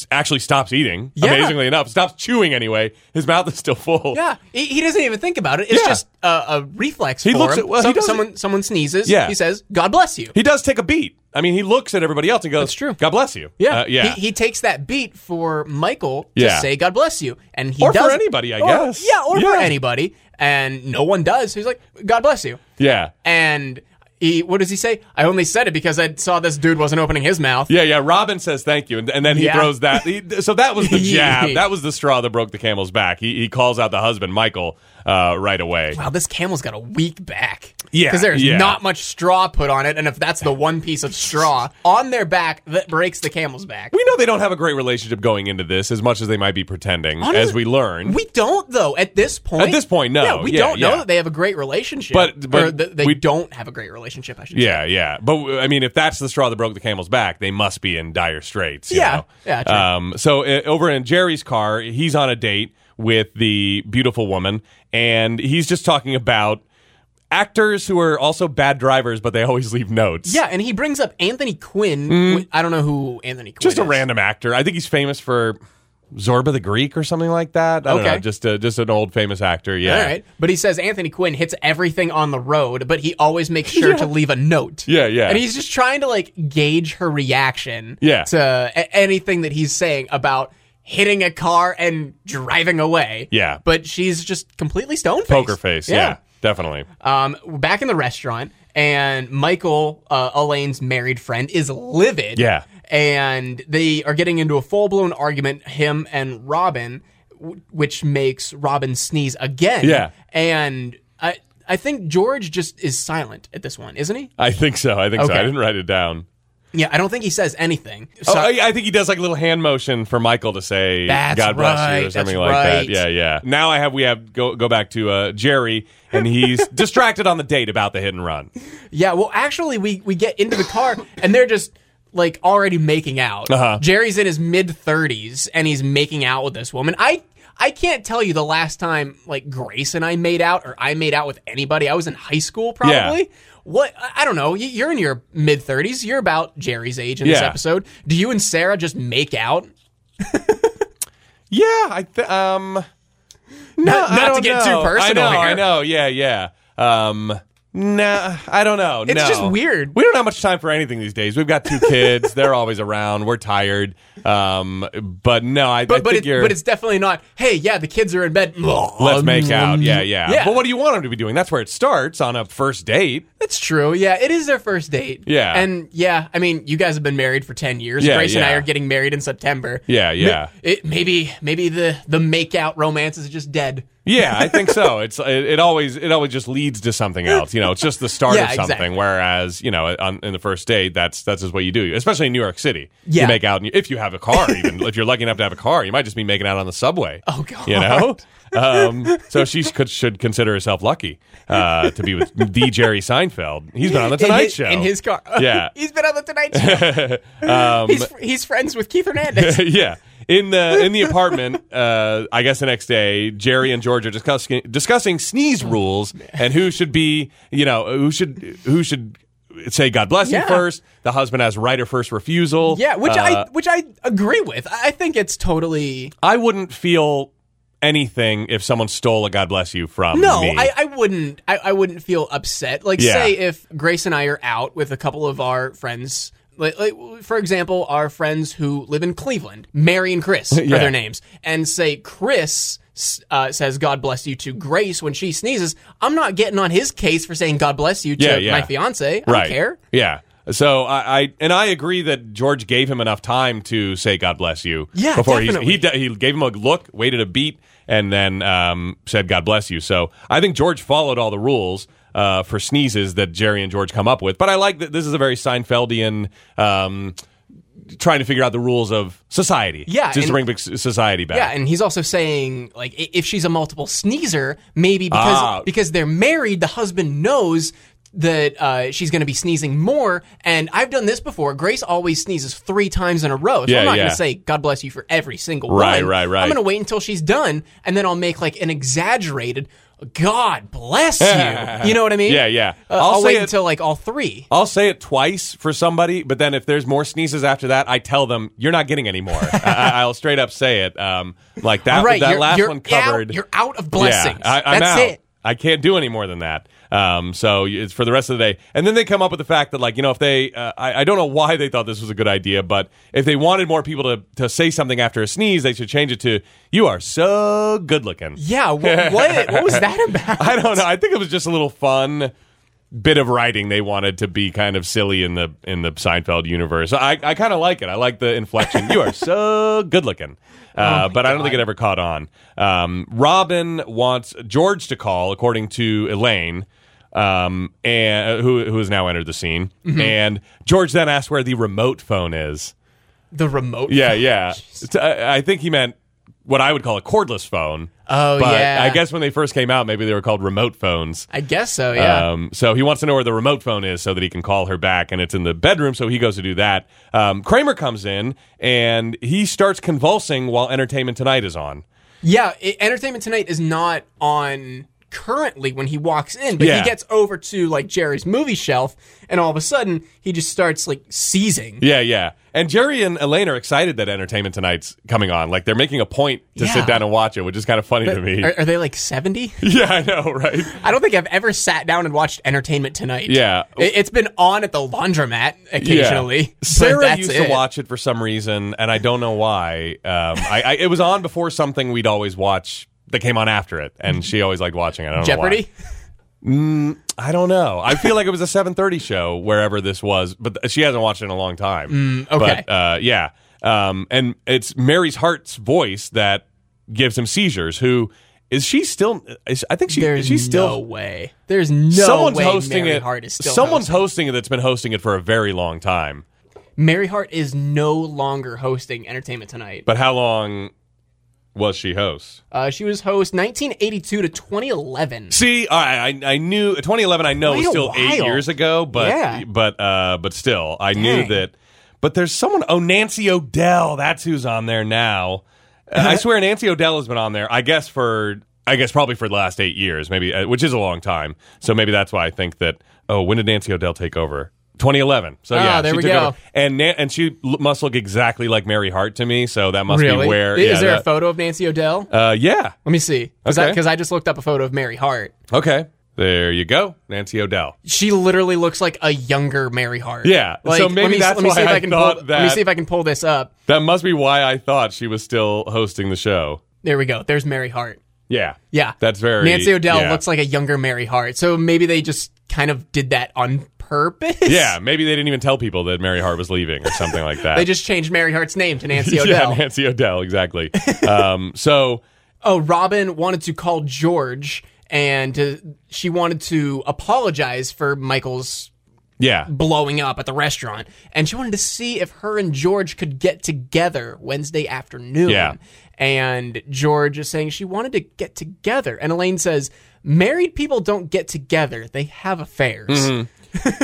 Speaker 2: actually stops eating.
Speaker 1: Mm-hmm. Yeah.
Speaker 2: Amazingly enough, stops chewing anyway. His mouth is still full.
Speaker 1: yeah, he, he doesn't even think about it. It's
Speaker 2: Yeah.
Speaker 1: just a, a reflex. He for
Speaker 2: looks
Speaker 1: him.
Speaker 2: at- well, he
Speaker 1: Some-
Speaker 2: doesn't-
Speaker 1: someone someone sneezes.
Speaker 2: Yeah.
Speaker 1: he says, "God bless you."
Speaker 2: He does take a beat. I mean, he looks at everybody else and goes,
Speaker 1: That's true.
Speaker 2: God bless you." Uh, yeah.
Speaker 1: He, he takes that beat for Michael to
Speaker 2: Yeah.
Speaker 1: say "God bless you," and he
Speaker 2: Or for
Speaker 1: does
Speaker 2: anybody, I
Speaker 1: or-
Speaker 2: guess.
Speaker 1: Yeah, or for
Speaker 2: Yeah.
Speaker 1: anybody, and no one does. He's like, "God bless you."
Speaker 2: yeah.
Speaker 1: and he what does he say? I only said it because I saw this dude wasn't opening his mouth.
Speaker 2: Yeah, yeah. Robin says thank you, and, and then he
Speaker 1: Yeah.
Speaker 2: throws that. He, so that was the
Speaker 1: *laughs*
Speaker 2: jab.
Speaker 1: Yeah.
Speaker 2: that was the straw that broke the camel's back. He, he calls out the husband, Michael, uh, right away.
Speaker 1: Wow, this camel's got a weak back.
Speaker 2: Yeah,
Speaker 1: because there's
Speaker 2: yeah.
Speaker 1: not much straw put on it, and if that's the one piece of straw on their back that breaks the camel's back,
Speaker 2: We know they don't have a great relationship going into this, as much as they might be pretending, as we learn.
Speaker 1: we don't though. At this point,
Speaker 2: At this point, no.
Speaker 1: yeah, we
Speaker 2: Yeah,
Speaker 1: don't
Speaker 2: yeah.
Speaker 1: know that they have a great relationship,
Speaker 2: But- but
Speaker 1: or that they
Speaker 2: we-
Speaker 1: don't have a great relationship. I should say.
Speaker 2: yeah, yeah. But w- I mean, if that's the straw that broke the camel's back, they must be in dire straits. you
Speaker 1: Yeah.
Speaker 2: know?
Speaker 1: Yeah, true.
Speaker 2: Um. So uh, over in Jerry's car, he's on a date with the beautiful woman, and he's just talking about actors who are also bad drivers, but they always leave notes.
Speaker 1: Yeah, and he brings up Anthony Quinn. wh- I don't know who Anthony Quinn
Speaker 2: Mm. just a
Speaker 1: is.
Speaker 2: random actor. I think he's famous for Zorba the Greek or something like that. I don't
Speaker 1: Okay.
Speaker 2: know, just a, just an old famous actor. Yeah,
Speaker 1: All right. But he says Anthony Quinn hits everything on the road, but he always makes sure to leave a note.
Speaker 2: Yeah, yeah.
Speaker 1: And he's just trying to like gauge her reaction
Speaker 2: Yeah.
Speaker 1: to a- anything that he's saying about hitting a car and driving away.
Speaker 2: Yeah.
Speaker 1: But she's just completely stone faced.
Speaker 2: poker face. Yeah, definitely.
Speaker 1: Um, we're back in the restaurant, and Michael, uh, Elaine's married friend, is livid.
Speaker 2: Yeah.
Speaker 1: And they are getting into a full blown argument, him and Robin, w- which makes Robin sneeze again.
Speaker 2: Yeah.
Speaker 1: And I, I think George just is silent at this one, isn't he?
Speaker 2: I think so. I think so. I
Speaker 1: Okay.
Speaker 2: didn't write it down.
Speaker 1: Yeah, I don't think he says anything.
Speaker 2: Oh,
Speaker 1: So-
Speaker 2: I, I think he does like a little hand motion for Michael to say
Speaker 1: That's
Speaker 2: "God bless you" or
Speaker 1: right,
Speaker 2: something
Speaker 1: that's
Speaker 2: like that.
Speaker 1: right.
Speaker 2: Yeah, yeah. Now I have we have go go back to uh, Jerry and
Speaker 1: *laughs*
Speaker 2: he's distracted on the date about the hit and run.
Speaker 1: Yeah, well, actually, we we get into the car and they're just like already making out.
Speaker 2: Uh-huh.
Speaker 1: Jerry's in his mid thirties and he's making out with this woman. I I can't tell you the last time like Grace and I made out or I made out with anybody. I was in high school probably.
Speaker 2: Yeah.
Speaker 1: What I I don't know. You- You're in your mid thirties. You're about Jerry's age in this
Speaker 2: Yeah.
Speaker 1: episode. Do you and Sarah just make out?
Speaker 2: Yeah, I th- um no,
Speaker 1: Not-
Speaker 2: I
Speaker 1: not to
Speaker 2: don't
Speaker 1: get too
Speaker 2: know.
Speaker 1: personal
Speaker 2: I know,
Speaker 1: here.
Speaker 2: I know. Yeah, yeah. Um Nah, I don't know.
Speaker 1: It's
Speaker 2: no.
Speaker 1: just weird.
Speaker 2: We don't have much time for anything these days. We've got two kids; they're always around. We're tired. Um, but no, I, I
Speaker 1: But but
Speaker 2: think
Speaker 1: it,
Speaker 2: you're.
Speaker 1: but it's definitely not. Hey, yeah, the kids are in bed.
Speaker 2: let's make out. Yeah, yeah,
Speaker 1: Um, Yeah.
Speaker 2: But what do you want them to be doing? That's where it starts on a first
Speaker 1: *laughs*
Speaker 2: date.
Speaker 1: That's true. Yeah, it is their first date.
Speaker 2: Yeah.
Speaker 1: and yeah, I mean, you guys have been married for ten years.
Speaker 2: Yeah,
Speaker 1: Grace and I
Speaker 2: yeah.
Speaker 1: are getting married in September.
Speaker 2: Yeah, yeah.
Speaker 1: It maybe maybe the the make out romance is just dead.
Speaker 2: Yeah, I think so. It's it, it always it always just leads to something else. You know, it's just the start
Speaker 1: Yeah,
Speaker 2: of something.
Speaker 1: exactly.
Speaker 2: Whereas you know, on, in the first date, that's that's just what you do, especially in New York City.
Speaker 1: Yeah.
Speaker 2: you make out, and you, if you have a car, even if you're lucky enough to have a car, you might just be making out on the subway.
Speaker 1: Oh, God.
Speaker 2: you know. Um, so she could, should consider herself lucky uh, to be with the Jerry Seinfeld. He's been on the
Speaker 1: *laughs* in
Speaker 2: Tonight
Speaker 1: his,
Speaker 2: Show
Speaker 1: in his car.
Speaker 2: Yeah. Um,
Speaker 1: *laughs* he's been on the Tonight Show.
Speaker 2: *laughs*
Speaker 1: he's he's friends with Keith Hernandez.
Speaker 2: yeah. In the in the apartment, uh, I guess the next day, Jerry and George are discussing discussing sneeze rules and who should be, you know, who should who should say God bless you
Speaker 1: Yeah.
Speaker 2: first. The husband has right of first refusal.
Speaker 1: Yeah, which
Speaker 2: Uh,
Speaker 1: I which I agree with. I I think it's totally
Speaker 2: I wouldn't feel anything if someone stole a God bless you from
Speaker 1: No,
Speaker 2: me.
Speaker 1: I, I wouldn't. I, I wouldn't feel upset. Like,
Speaker 2: Yeah.
Speaker 1: say if Grace and I are out with a couple of our friends. Like, like, for example, our friends who live in Cleveland, Mary and
Speaker 2: *laughs*
Speaker 1: Chris are
Speaker 2: Yeah.
Speaker 1: their names, and say Chris uh, says "God bless you" to Grace when she sneezes. I'm not getting on his case for saying "God bless you" to
Speaker 2: Yeah, yeah.
Speaker 1: my fiance. I
Speaker 2: right.
Speaker 1: don't care.
Speaker 2: Yeah. So I, I and I agree that George gave him enough time to say God bless you.
Speaker 1: Yeah,
Speaker 2: before he-
Speaker 1: definitely.
Speaker 2: he de- he gave him a look, waited a beat, and then um, said God bless you. So I think George followed all the rules. Uh, for sneezes that Jerry and George come up with, but I like that this is a very Seinfeldian um, trying to figure out the rules of society.
Speaker 1: Yeah,
Speaker 2: just to
Speaker 1: and-
Speaker 2: bring big s- society back.
Speaker 1: Yeah, and he's also saying like i- if she's a multiple sneezer, maybe because
Speaker 2: Ah.
Speaker 1: because they're married, the husband knows that uh, she's going to be sneezing more. And I've done this before. Grace always sneezes three times in a row, so
Speaker 2: Yeah,
Speaker 1: I'm not
Speaker 2: yeah.
Speaker 1: going to say God bless you for every single
Speaker 2: Right,
Speaker 1: one.
Speaker 2: right, right.
Speaker 1: I'm going to wait until she's done, and then I'll make like an exaggerated God bless
Speaker 2: *laughs*
Speaker 1: you. you know what I mean?
Speaker 2: Yeah, yeah.
Speaker 1: Uh,
Speaker 2: I'll
Speaker 1: I'll,
Speaker 2: say
Speaker 1: wait
Speaker 2: it-
Speaker 1: until like all three.
Speaker 2: I'll say it twice for somebody, but then if there's more sneezes after that, I tell them you're not getting any more. I, I- I'll straight up say it. Um, like that.
Speaker 1: All right,
Speaker 2: that
Speaker 1: you're,
Speaker 2: last
Speaker 1: you're
Speaker 2: one covered.
Speaker 1: Out, you're out of blessings.
Speaker 2: Yeah, I, I'm
Speaker 1: That's
Speaker 2: out.
Speaker 1: it.
Speaker 2: I can't do any more than that. Um, so it's for the rest of the day. And then they come up with the fact that, like, you know, if they, uh, I, I don't know why they thought this was a good idea, but if they wanted more people to, to say something after a sneeze, they should change it to, you are so good looking.
Speaker 1: Yeah. wh-
Speaker 2: *laughs*
Speaker 1: what? What was that about?
Speaker 2: I don't know. I think it was just a little fun bit of writing they wanted to be kind of silly in the in the Seinfeld universe. I, I kind of like it. I like the inflection. you are so good looking. Uh, but I don't think it ever caught on. Um, Robin wants George to call, according to Elaine, um, and who who has now entered the scene. And George then asks where the remote phone is.
Speaker 1: The remote.
Speaker 2: Yeah, yeah. It's- I, I think he meant what I would call a cordless phone.
Speaker 1: Oh,
Speaker 2: but
Speaker 1: yeah.
Speaker 2: I guess when they first came out, maybe they were called remote phones.
Speaker 1: *laughs* I guess so. Yeah.
Speaker 2: Um, so he wants to know where the remote phone is so that he can call her back, and it's in the bedroom. So he goes to do that. Um, Kramer comes in and he starts convulsing while Entertainment Tonight is on.
Speaker 1: Yeah, i Entertainment Tonight is not on currently when he walks in, but
Speaker 2: Yeah.
Speaker 1: he gets over to like Jerry's movie shelf, and all of a sudden he just starts like seizing.
Speaker 2: Yeah, yeah. And Jerry and Elaine are excited that Entertainment Tonight's coming on. Like they're making a point to
Speaker 1: Yeah.
Speaker 2: sit down and watch it, which is kind of funny to me.
Speaker 1: Are, are they like seventy?
Speaker 2: *laughs* yeah, I know, right?
Speaker 1: I don't think I've ever sat down and watched Entertainment Tonight.
Speaker 2: Yeah.
Speaker 1: it, it's been on at the laundromat
Speaker 2: Yeah.
Speaker 1: occasionally. but
Speaker 2: Sarah
Speaker 1: that's
Speaker 2: used
Speaker 1: it.
Speaker 2: to watch it for some reason, and I don't know why. Um, I, I, it was on before something we'd always watch that came on after it, and she always liked watching it. I don't know why.
Speaker 1: Jeopardy.
Speaker 2: I don't know. I feel like it was a 7:30 show wherever this was, but th- she hasn't watched it in a long time.
Speaker 1: Mm, okay.
Speaker 2: But uh, yeah, um, and it's Mary's Hart's voice that gives him seizures. Who is she still? Is, I think she
Speaker 1: There's
Speaker 2: is she still.
Speaker 1: no way. There's no
Speaker 2: someone's
Speaker 1: way
Speaker 2: hosting
Speaker 1: Mary
Speaker 2: it.
Speaker 1: Hart is still
Speaker 2: someone's hosting it that's been hosting it for a very long time.
Speaker 1: Mary Hart is no longer hosting Entertainment Tonight.
Speaker 2: But how long was she host?
Speaker 1: Uh, she was host 1982 to 2011.
Speaker 2: See, I I, I knew 2011. I know
Speaker 1: Quite
Speaker 2: was
Speaker 1: a
Speaker 2: still eight
Speaker 1: while.
Speaker 2: years ago, but
Speaker 1: Yeah.
Speaker 2: but uh, but still, I knew
Speaker 1: Dang.
Speaker 2: that. But there's someone. Oh, Nancy Odell. That's who's on there now.
Speaker 1: Uh-huh.
Speaker 2: Uh, I swear, Nancy Odell has been on there. I guess for I guess probably for the last eight years, maybe, uh, which is a long time. So maybe that's why I think that. Oh, when did Nancy Odell take over? 2011. So
Speaker 1: Ah,
Speaker 2: yeah,
Speaker 1: there
Speaker 2: she
Speaker 1: we
Speaker 2: took
Speaker 1: go.
Speaker 2: over. and Na- and she l- must look exactly like Mary Hart to me. So that must be where.
Speaker 1: Is
Speaker 2: yeah,
Speaker 1: there a
Speaker 2: that-
Speaker 1: photo of Nancy Odell?
Speaker 2: uh, yeah.
Speaker 1: Let me see. Because
Speaker 2: okay.
Speaker 1: I, just looked up a photo of Mary Hart.
Speaker 2: Okay. There you go, Nancy Odell.
Speaker 1: She literally looks like a younger Mary Hart.
Speaker 2: Yeah,
Speaker 1: Like,
Speaker 2: so maybe
Speaker 1: let me,
Speaker 2: that's
Speaker 1: let me see
Speaker 2: why
Speaker 1: if
Speaker 2: I
Speaker 1: I can
Speaker 2: thought
Speaker 1: pull, Let me
Speaker 2: that.
Speaker 1: see if I can pull this up.
Speaker 2: That must be why I thought she was still hosting the show.
Speaker 1: There we go. There's Mary Hart.
Speaker 2: Yeah.
Speaker 1: Yeah.
Speaker 2: That's very-
Speaker 1: Nancy Odell
Speaker 2: yeah.
Speaker 1: looks like a younger Mary Hart. So maybe they just kind of did that on purpose.
Speaker 2: Yeah, maybe they didn't even tell people that Mary Hart was leaving or something like that.
Speaker 1: *laughs* They just changed Mary Hart's name to Nancy
Speaker 2: *laughs*
Speaker 1: Odell.
Speaker 2: Yeah, Nancy Odell,
Speaker 1: *laughs*
Speaker 2: exactly. um, so
Speaker 1: oh, Robin wanted to call George and uh, she wanted to apologize for Michael's *laughs*
Speaker 2: yeah.
Speaker 1: blowing up at the restaurant. And she wanted to see if her and George could get together Wednesday afternoon.
Speaker 2: Yeah.
Speaker 1: And George is saying she wanted to get together. And Elaine says, Married people don't get together, they have affairs.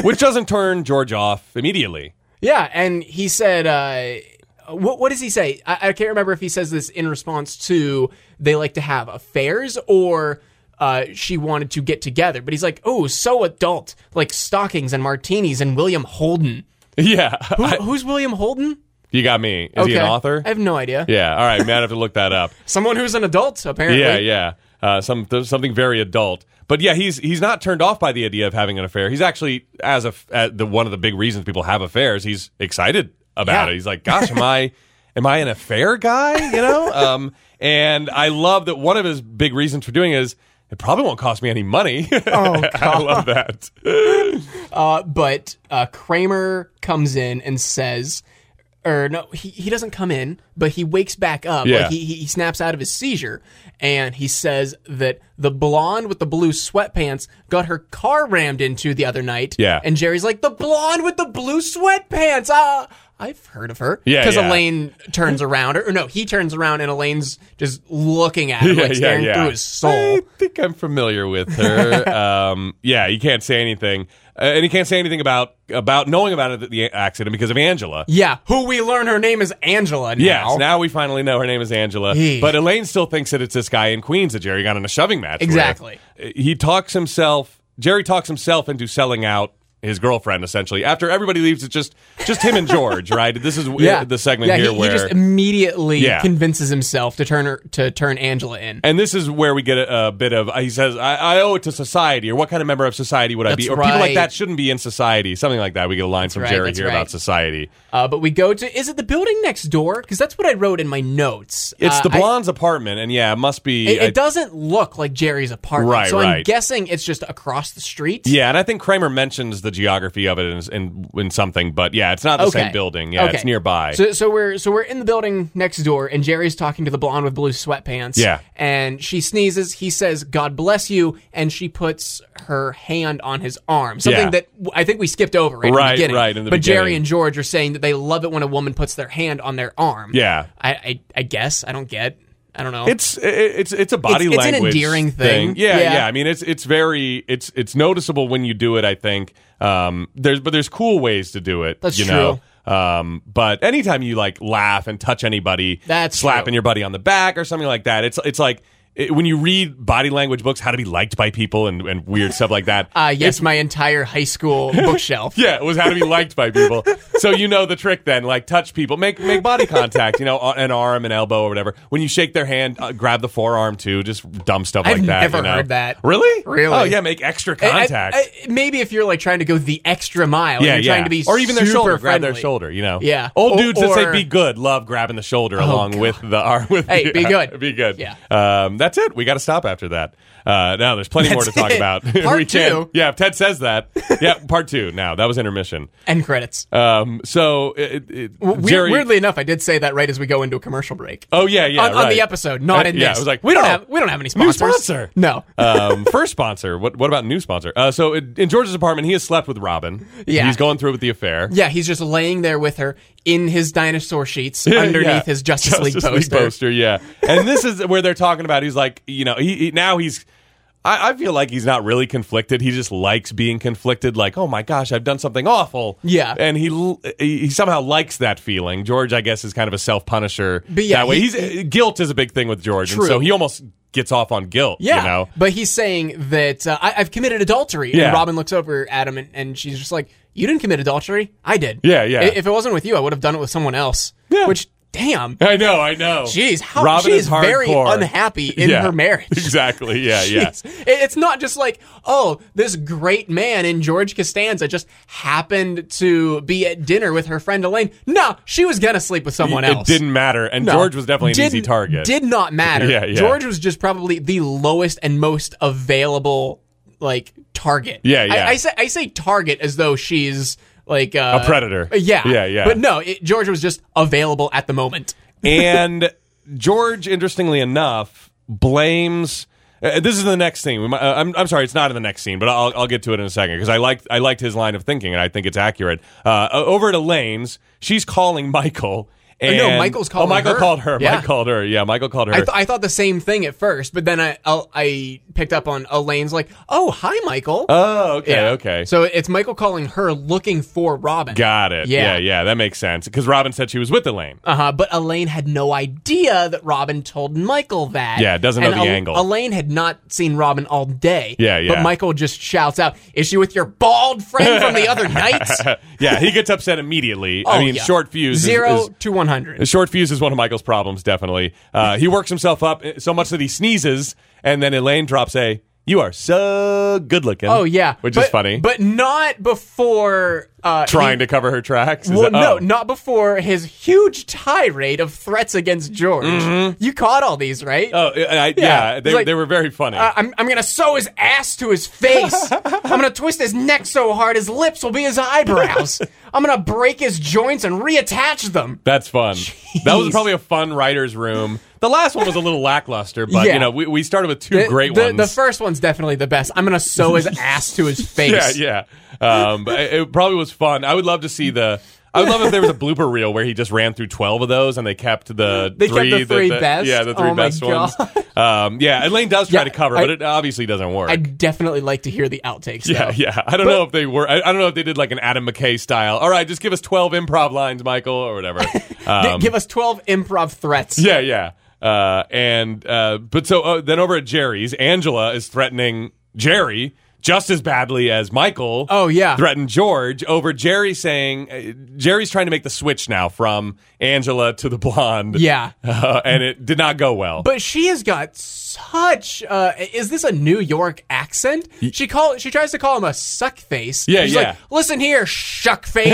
Speaker 2: Which doesn't turn George off immediately. *laughs*
Speaker 1: Yeah, and he said, uh, what, what does he say? I, I can't remember if he says this in response to they like to have affairs or uh, she wanted to get together. But he's like, oh, so adult, like stockings and martinis and William Holden.
Speaker 2: Yeah.
Speaker 1: Who, who's William Holden?
Speaker 2: you got me. Is he an author?
Speaker 1: I have no idea.
Speaker 2: yeah. All right, man, I have to look that up.
Speaker 1: Someone who's an adult, apparently.
Speaker 2: Yeah, yeah. Uh, some th- something very adult. But yeah, he's he's not turned off by the idea of having an affair. He's actually as a f- uh, the one of the big reasons people have affairs. He's excited about
Speaker 1: Yeah.
Speaker 2: it. He's like, "Gosh, am
Speaker 1: *laughs*
Speaker 2: I am I an affair guy?" You know. Um, and I love that one of his big reasons for doing it is it probably won't cost me any money. *laughs* Oh, I love
Speaker 1: *laughs*
Speaker 2: that.
Speaker 1: But uh, Kramer comes in and says, or no, he, he doesn't come in, but he wakes back up.
Speaker 2: Yeah.
Speaker 1: Like he, he he snaps out of his seizure and he says that the blonde with the blue sweatpants got her car rammed into the other night.
Speaker 2: Yeah.
Speaker 1: And Jerry's like, the blonde with the blue sweatpants. Ah. I've heard of her.
Speaker 2: Yeah,
Speaker 1: Because
Speaker 2: yeah.
Speaker 1: Elaine turns around, or, or no, he turns around and Elaine's just
Speaker 2: *laughs*
Speaker 1: looking at him, like staring through his soul.
Speaker 2: I think I'm familiar with
Speaker 1: *laughs*
Speaker 2: her. um, yeah, he can't say anything, uh, and he can't say anything about about knowing about it, the accident because of Angela.
Speaker 1: Yeah, who we learn her name is Angela now.
Speaker 2: Yes, now we finally know her name is Angela.
Speaker 1: Yeah.
Speaker 2: But Elaine still thinks that it's this guy in Queens that Jerry got in a shoving match. with.
Speaker 1: Exactly.
Speaker 2: He talks himself. Jerry talks himself into selling out his girlfriend essentially. After everybody leaves, it's just just him and
Speaker 1: *laughs*
Speaker 2: George, right? This is
Speaker 1: yeah.
Speaker 2: the segment
Speaker 1: yeah,
Speaker 2: here
Speaker 1: he,
Speaker 2: where
Speaker 1: he just immediately
Speaker 2: Yeah.
Speaker 1: convinces himself to turn her to turn Angela in.
Speaker 2: And this is where we get a, a bit of. He says, I, "I owe it to society, or what kind of member of society would I be,
Speaker 1: That's
Speaker 2: or people like
Speaker 1: right.
Speaker 2: that shouldn't be in society, something like that." We get a line from
Speaker 1: right,
Speaker 2: Jerry
Speaker 1: that's
Speaker 2: here
Speaker 1: right.
Speaker 2: about society.
Speaker 1: Uh, but we go to is it the building next door? Because that's what I wrote in my notes.
Speaker 2: It's
Speaker 1: Uh,
Speaker 2: the
Speaker 1: I-
Speaker 2: blonde's apartment, and yeah, it must be.
Speaker 1: it,
Speaker 2: I-
Speaker 1: it doesn't look like Jerry's apartment,
Speaker 2: Right,
Speaker 1: so I'm
Speaker 2: right.
Speaker 1: guessing it's just across the street.
Speaker 2: yeah, and I think Kramer mentions the geography of it in in, in something, but yeah, it's not the
Speaker 1: Okay.
Speaker 2: same building. Yeah,
Speaker 1: Okay.
Speaker 2: it's nearby.
Speaker 1: So, so we're so we're in the building next door, and Jerry's talking to the blonde with blue sweatpants.
Speaker 2: Yeah.
Speaker 1: and she sneezes. He says, "God bless you," and she puts her hand on his arm. Something
Speaker 2: Yeah.
Speaker 1: that w- I think we skipped over right, in
Speaker 2: Right,
Speaker 1: the beginning.
Speaker 2: right, in the
Speaker 1: but Jerry
Speaker 2: beginning.
Speaker 1: and George are saying that they love it when a woman puts their hand on their arm.
Speaker 2: Yeah.
Speaker 1: I I, I guess I don't get. I don't know.
Speaker 2: it's it- it's it's a body
Speaker 1: It's- it's an
Speaker 2: language
Speaker 1: endearing thing.
Speaker 2: Yeah,
Speaker 1: Yeah.
Speaker 2: yeah, I mean, it's it's very it's it's noticeable when you do it. I think um, there's but there's cool ways to do it.
Speaker 1: That's
Speaker 2: you
Speaker 1: true.
Speaker 2: know. Um, but anytime you like laugh and touch anybody,
Speaker 1: That's
Speaker 2: slapping
Speaker 1: true.
Speaker 2: your buddy on the back or something like that. It's it's like it, when you read body language books, how to be liked by people and, and weird stuff like
Speaker 1: *laughs*
Speaker 2: that.
Speaker 1: Uh, yes, my entire high
Speaker 2: *laughs*
Speaker 1: school bookshelf.
Speaker 2: Yeah, it was how to be liked by people. So you know the trick then, like touch people, make make body contact, you know, a- an arm, an elbow, or whatever. When you shake their hand, uh, grab the forearm too, just dumb stuff
Speaker 1: I've
Speaker 2: like that.
Speaker 1: never
Speaker 2: you know.
Speaker 1: heard that.
Speaker 2: Really?
Speaker 1: Really.
Speaker 2: Oh yeah, make extra contact.
Speaker 1: I- I- maybe if you're like trying to go the extra mile,
Speaker 2: yeah,
Speaker 1: you're
Speaker 2: yeah.
Speaker 1: trying to be
Speaker 2: or even their
Speaker 1: super
Speaker 2: shoulder, grab
Speaker 1: friendly.
Speaker 2: their shoulder. You know,
Speaker 1: Yeah.
Speaker 2: Old
Speaker 1: Or-
Speaker 2: dudes that say
Speaker 1: or- Oh,
Speaker 2: "be good" love grabbing the shoulder along with the arm. With
Speaker 1: Hey,
Speaker 2: the- *laughs*
Speaker 1: be good.
Speaker 2: be good.
Speaker 1: Yeah.
Speaker 2: um, that's it. We got to stop after that. Uh, now there's plenty more to
Speaker 1: That's
Speaker 2: talk
Speaker 1: it.
Speaker 2: about. *laughs*
Speaker 1: Part
Speaker 2: we
Speaker 1: two.
Speaker 2: Can. Yeah, if Ted says that. Yeah, part two. Now that was intermission.
Speaker 1: End credits.
Speaker 2: Um, so it, it,
Speaker 1: Weir-
Speaker 2: Jerry.
Speaker 1: weirdly enough, I did say that right as we go into a commercial break
Speaker 2: oh yeah, yeah.
Speaker 1: on, on
Speaker 2: right.
Speaker 1: the episode, not
Speaker 2: Uh,
Speaker 1: in
Speaker 2: yeah,
Speaker 1: this.
Speaker 2: I was like,
Speaker 1: we don't
Speaker 2: oh.
Speaker 1: have we don't have any
Speaker 2: New
Speaker 1: sponsors.
Speaker 2: sponsor.
Speaker 1: No.
Speaker 2: *laughs* um, first sponsor. What? What about new sponsor? Uh, so in, in George's apartment, he has slept with Robin.
Speaker 1: Yeah.
Speaker 2: he's going through with the affair.
Speaker 1: Yeah, he's just laying there with her in his dinosaur sheets
Speaker 2: *laughs*
Speaker 1: underneath
Speaker 2: Yeah.
Speaker 1: his Justice, League poster.
Speaker 2: yeah. And this is where they're talking about. He's like, you know, he, he now he's. I, I feel like he's not really conflicted. He just likes being conflicted. Like, oh my gosh, I've done something awful.
Speaker 1: Yeah.
Speaker 2: and he l- he, he somehow likes that feeling. George, I guess, is kind of a self punisher.
Speaker 1: But yeah,
Speaker 2: that way.
Speaker 1: he-
Speaker 2: he's uh, guilt is a big thing with George,
Speaker 1: True.
Speaker 2: and so he almost gets off on guilt.
Speaker 1: Yeah,
Speaker 2: you know.
Speaker 1: but he's saying that uh, I, I've committed adultery.
Speaker 2: Yeah.
Speaker 1: And Robin looks over at him and, and she's just like, "You didn't commit adultery. I did.
Speaker 2: Yeah, yeah.
Speaker 1: I- If it wasn't with you, I would have done it with someone else.
Speaker 2: Yeah.
Speaker 1: Which, damn,
Speaker 2: I know, I know.
Speaker 1: jeez, how
Speaker 2: Robin
Speaker 1: she
Speaker 2: is
Speaker 1: is, very
Speaker 2: hardcore.
Speaker 1: unhappy in
Speaker 2: Yeah.
Speaker 1: her marriage.
Speaker 2: *laughs*
Speaker 1: *laughs*
Speaker 2: Exactly. Yeah, Uh, yeah.
Speaker 1: Jeez. It- It's not just like, oh, this great man in George Costanza just happened to be at dinner with her friend Elaine. No, she was gonna sleep with someone
Speaker 2: It
Speaker 1: else.
Speaker 2: didn't matter, and
Speaker 1: No.
Speaker 2: George was definitely an
Speaker 1: Didn't-
Speaker 2: easy target.
Speaker 1: Did not matter.
Speaker 2: Yeah, yeah.
Speaker 1: George was just probably the lowest and most available like target.
Speaker 2: Yeah, yeah.
Speaker 1: I, I say I say target as though she's like uh,
Speaker 2: A predator.
Speaker 1: Yeah,
Speaker 2: Yeah, yeah.
Speaker 1: But no, it, George was just available at the moment.
Speaker 2: and George, interestingly enough, blames. Uh, this is the next thing. We might, uh, I'm, I'm sorry, it's not in the next scene, but I'll, I'll get to it in a second because I liked I liked his line of thinking and I think it's accurate. Uh, o- over at Elaine's, she's calling Michael. And,
Speaker 1: no, Michael's calling
Speaker 2: Oh, Michael
Speaker 1: her.
Speaker 2: called her.
Speaker 1: Yeah.
Speaker 2: Mike called her. Yeah, Michael called her.
Speaker 1: I, th- I thought the same thing at first, but then I I'll- I picked up on Elaine's like, oh hi Michael.
Speaker 2: oh, okay, okay.
Speaker 1: So it's Michael calling her looking for Robin.
Speaker 2: Got it.
Speaker 1: Yeah.
Speaker 2: Yeah, yeah, that makes sense because Robin said she was with Elaine. *laughs*
Speaker 1: Uh huh. But Elaine had no idea that Robin told Michael that.
Speaker 2: Yeah, doesn't know
Speaker 1: And
Speaker 2: the angle.
Speaker 1: Elaine had not seen Robin all day.
Speaker 2: Yeah, yeah.
Speaker 1: But Michael just shouts out, "Is she with your bald friend from
Speaker 2: *laughs*
Speaker 1: the other night?"
Speaker 2: yeah, he gets upset immediately.
Speaker 1: Oh,
Speaker 2: I mean,
Speaker 1: yeah.
Speaker 2: short fuse. is-
Speaker 1: Zero
Speaker 2: is,
Speaker 1: to one hundred.
Speaker 2: Short fuse is one of Michael's problems, definitely. Uh, he works himself up so much that he sneezes, and then Elaine drops a, You are so good looking.
Speaker 1: Oh yeah,
Speaker 2: Which
Speaker 1: But-
Speaker 2: is funny.
Speaker 1: But not before uh,
Speaker 2: Trying
Speaker 1: he-
Speaker 2: to cover her tracks. Is
Speaker 1: Well,
Speaker 2: that-
Speaker 1: no,
Speaker 2: oh.
Speaker 1: not before his huge tirade of threats against George. You caught all these, right?
Speaker 2: Mm-hmm. Oh, I, I- yeah.
Speaker 1: Yeah, it's
Speaker 2: they,
Speaker 1: like-
Speaker 2: they were very funny.
Speaker 1: Uh, I'm, I'm gonna sew his ass to his
Speaker 2: *laughs*
Speaker 1: face. I'm gonna twist his neck so hard his lips will be
Speaker 2: *laughs*
Speaker 1: his eyebrows. I'm gonna break his joints and reattach them.
Speaker 2: That's fun. That was
Speaker 1: Jeez.
Speaker 2: probably a fun writer's room. The last one was a little lackluster, but
Speaker 1: Yeah.
Speaker 2: you know, we, we started with two
Speaker 1: The-
Speaker 2: great
Speaker 1: the,
Speaker 2: ones.
Speaker 1: The first one's definitely the best. I'm gonna sew
Speaker 2: *laughs*
Speaker 1: his ass to his face.
Speaker 2: Yeah, yeah. Um, but it, it probably was fun. I would love to see the. I would love if there was a blooper reel where he just ran through twelve of those, and they kept the
Speaker 1: They kept
Speaker 2: three,
Speaker 1: the three best?
Speaker 2: Yeah, the three
Speaker 1: Oh my
Speaker 2: best ones. *laughs* Um, yeah, Elaine does try
Speaker 1: Yeah,
Speaker 2: to cover,
Speaker 1: I-
Speaker 2: but it obviously doesn't work.
Speaker 1: I'd definitely like to hear the
Speaker 2: *laughs*
Speaker 1: outtakes.
Speaker 2: yeah,
Speaker 1: though.
Speaker 2: yeah. I don't know if they were. I, I don't know if they did like an Adam McKay style. All right, just give us twelve improv lines, Michael, or whatever.
Speaker 1: Gi-
Speaker 2: Um,
Speaker 1: *laughs* give us 12 improv
Speaker 2: *laughs*
Speaker 1: threats.
Speaker 2: yeah, yeah. Uh, and uh, but so uh, then over at Jerry's, Angela is threatening Jerry just as badly as Michael.
Speaker 1: Oh, yeah.
Speaker 2: threatened George over Jerry saying uh, Jerry's trying to make the switch now from Angela to the blonde.
Speaker 1: Yeah.
Speaker 2: Uh, and it did not go well.
Speaker 1: But she has got such. Uh, is this a New York accent? She call. She tries to call him a suck face.
Speaker 2: Yeah,
Speaker 1: She's
Speaker 2: yeah.
Speaker 1: Like, Listen here,
Speaker 2: *laughs*
Speaker 1: shuck face.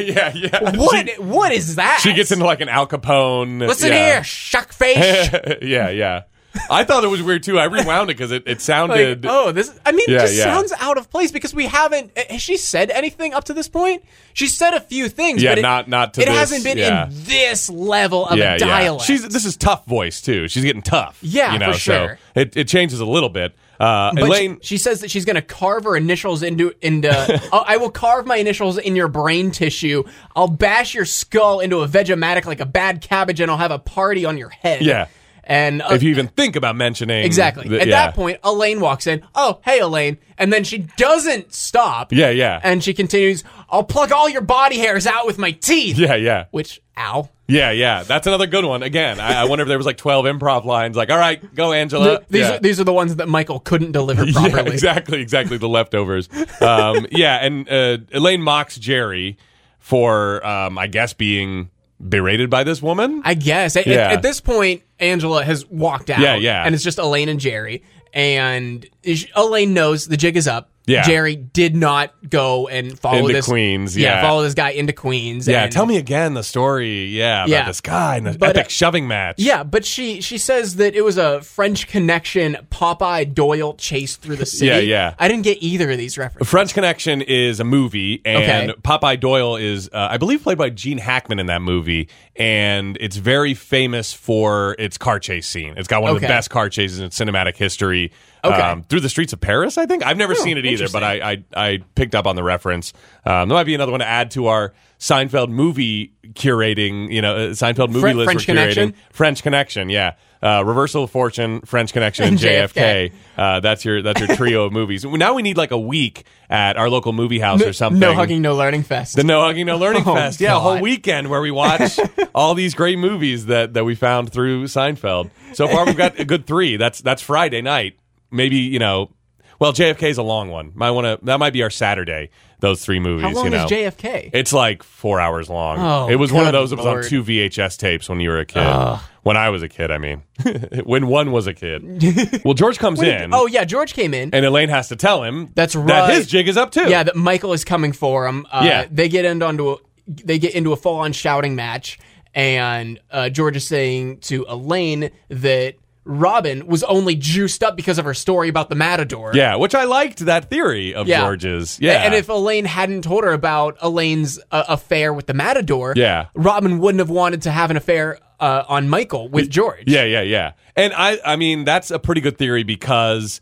Speaker 2: *laughs* yeah, yeah.
Speaker 1: what? what is that?
Speaker 2: She gets into like an Al Capone.
Speaker 1: Listen
Speaker 2: yeah.
Speaker 1: here, shuck face.
Speaker 2: *laughs* yeah, yeah. I thought it was weird too. I rewound it because it, it
Speaker 1: *laughs* Like,
Speaker 2: sounded.
Speaker 1: oh, this. I mean, it
Speaker 2: Yeah,
Speaker 1: just
Speaker 2: yeah.
Speaker 1: sounds out of place because we haven't. eh, Has she said anything up to this point? She said a few things.
Speaker 2: Yeah,
Speaker 1: but it,
Speaker 2: not- not to
Speaker 1: It
Speaker 2: this,
Speaker 1: hasn't been
Speaker 2: yeah.
Speaker 1: in this level of a dialect.
Speaker 2: She's this is tough voice too. She's getting tough.
Speaker 1: Yeah,
Speaker 2: you know,
Speaker 1: for sure.
Speaker 2: so it, it changes a little bit. Uh,
Speaker 1: But
Speaker 2: Elaine,
Speaker 1: she, she says that she's going to carve her initials into
Speaker 2: *laughs*
Speaker 1: into. oh, I will carve my initials in your brain tissue. I'll bash your skull into a Vegematic like a bad cabbage, and I'll have a party on your head.
Speaker 2: Yeah.
Speaker 1: And uh,
Speaker 2: if you even think about mentioning
Speaker 1: exactly
Speaker 2: the-
Speaker 1: at
Speaker 2: yeah.
Speaker 1: that point, Elaine walks in. Oh, hey, Elaine, and then she doesn't stop.
Speaker 2: Yeah, yeah.
Speaker 1: and she continues. I'll pluck all your body hairs out with my teeth.
Speaker 2: yeah, yeah,
Speaker 1: Which, ow.
Speaker 2: yeah, yeah. That's another good one. Again, I, I wonder if there was like twelve improv lines. Like, all right, go, Angela.
Speaker 1: These
Speaker 2: Yeah.
Speaker 1: are, these are the ones that Michael couldn't deliver
Speaker 2: *laughs* Yeah,
Speaker 1: properly.
Speaker 2: exactly, exactly. The leftovers. Um, *laughs* yeah, and uh, Elaine mocks Jerry for, um, I guess, being berated by this woman.
Speaker 1: I guess. At, at-
Speaker 2: Yeah.
Speaker 1: at this point, Angela has walked out.
Speaker 2: Yeah, yeah.
Speaker 1: And it's just Elaine and Jerry. And is- Elaine knows the jig is up.
Speaker 2: Yeah.
Speaker 1: Jerry did not go and follow
Speaker 2: Into
Speaker 1: this
Speaker 2: Queens, yeah.
Speaker 1: follow this guy into Queens.
Speaker 2: yeah,
Speaker 1: and-
Speaker 2: tell me again the story. Yeah, about
Speaker 1: Yeah.
Speaker 2: this guy and the
Speaker 1: But,
Speaker 2: epic
Speaker 1: uh,
Speaker 2: shoving match.
Speaker 1: Yeah, but she she says that it was a French Connection Popeye Doyle chase through the city.
Speaker 2: Yeah, yeah.
Speaker 1: I didn't get either of these references.
Speaker 2: French Connection is a movie, and
Speaker 1: Okay.
Speaker 2: Popeye Doyle is, uh, I believe, played by Gene Hackman in that movie, and it's very famous for its car chase scene. It's got one of the
Speaker 1: Okay.
Speaker 2: best car chases in cinematic history. um,
Speaker 1: Okay. Oh,
Speaker 2: through the streets of Paris, I think. I've never seen it either, but I, I I picked up on the reference. Um, there might be another one to add to our Seinfeld movie curating. You know, uh, Seinfeld movie
Speaker 1: Fre-
Speaker 2: list
Speaker 1: French
Speaker 2: we're curating.
Speaker 1: Connection?
Speaker 2: French Connection, yeah. Uh, Reversal of Fortune, French Connection,
Speaker 1: *laughs*
Speaker 2: and JFK.
Speaker 1: JFK.
Speaker 2: Uh, that's your that's your trio of movies. Now we need like a week at our local movie house or something.
Speaker 1: No hugging, no learning fest.
Speaker 2: The No Hugging, No
Speaker 1: *laughs*
Speaker 2: Learning Fest. Yeah, a whole
Speaker 1: God.
Speaker 2: weekend where we
Speaker 1: *laughs*
Speaker 2: watch all these great movies that, that we found through Seinfeld. So far, we've got a good three. That's that's Friday night. Maybe you know, well, JFK is a long one. Might want to. That might be our Saturday. Those three movies.
Speaker 1: How long
Speaker 2: you know.
Speaker 1: is JFK?
Speaker 2: It's like four hours long.
Speaker 1: Oh,
Speaker 2: it was one of
Speaker 1: good
Speaker 2: those that was on
Speaker 1: lord.
Speaker 2: two VHS tapes when you were a kid. When I was a kid, I mean, *laughs* when one was a
Speaker 1: *laughs*
Speaker 2: kid. Well, George comes in,
Speaker 1: oh yeah, George came in.
Speaker 2: and Elaine has to tell him
Speaker 1: That's
Speaker 2: that
Speaker 1: right.
Speaker 2: his jig is up too.
Speaker 1: Yeah, that Michael is coming for him. Uh,
Speaker 2: Yeah.
Speaker 1: they get into onto a, they get into a full on shouting match, and uh, George is saying to Elaine that Robin was only juiced up because of her story about the Matador.
Speaker 2: yeah, which I liked that theory of
Speaker 1: Yeah.
Speaker 2: George's. Yeah,
Speaker 1: And if Elaine hadn't told her about Elaine's uh, affair with the Matador,
Speaker 2: Yeah.
Speaker 1: Robin wouldn't have wanted to have an affair uh, on Michael with George.
Speaker 2: Yeah, yeah, yeah. And I, I mean, that's a pretty good theory because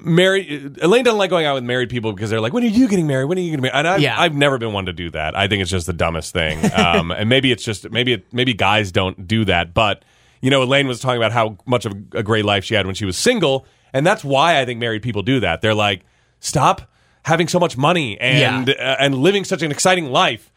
Speaker 2: married Elaine doesn't like going out with married people because they're like, when are you getting married? When are you getting married? And I've,
Speaker 1: Yeah.
Speaker 2: I've never been one to do that. I think it's just the dumbest thing. Um, and maybe it's just maybe it, maybe guys don't do that. But you know, Elaine was talking about how much of a great life she had when she was single, and that's why I think married people do that. They're like, stop having so much money and uh, and living such an exciting life.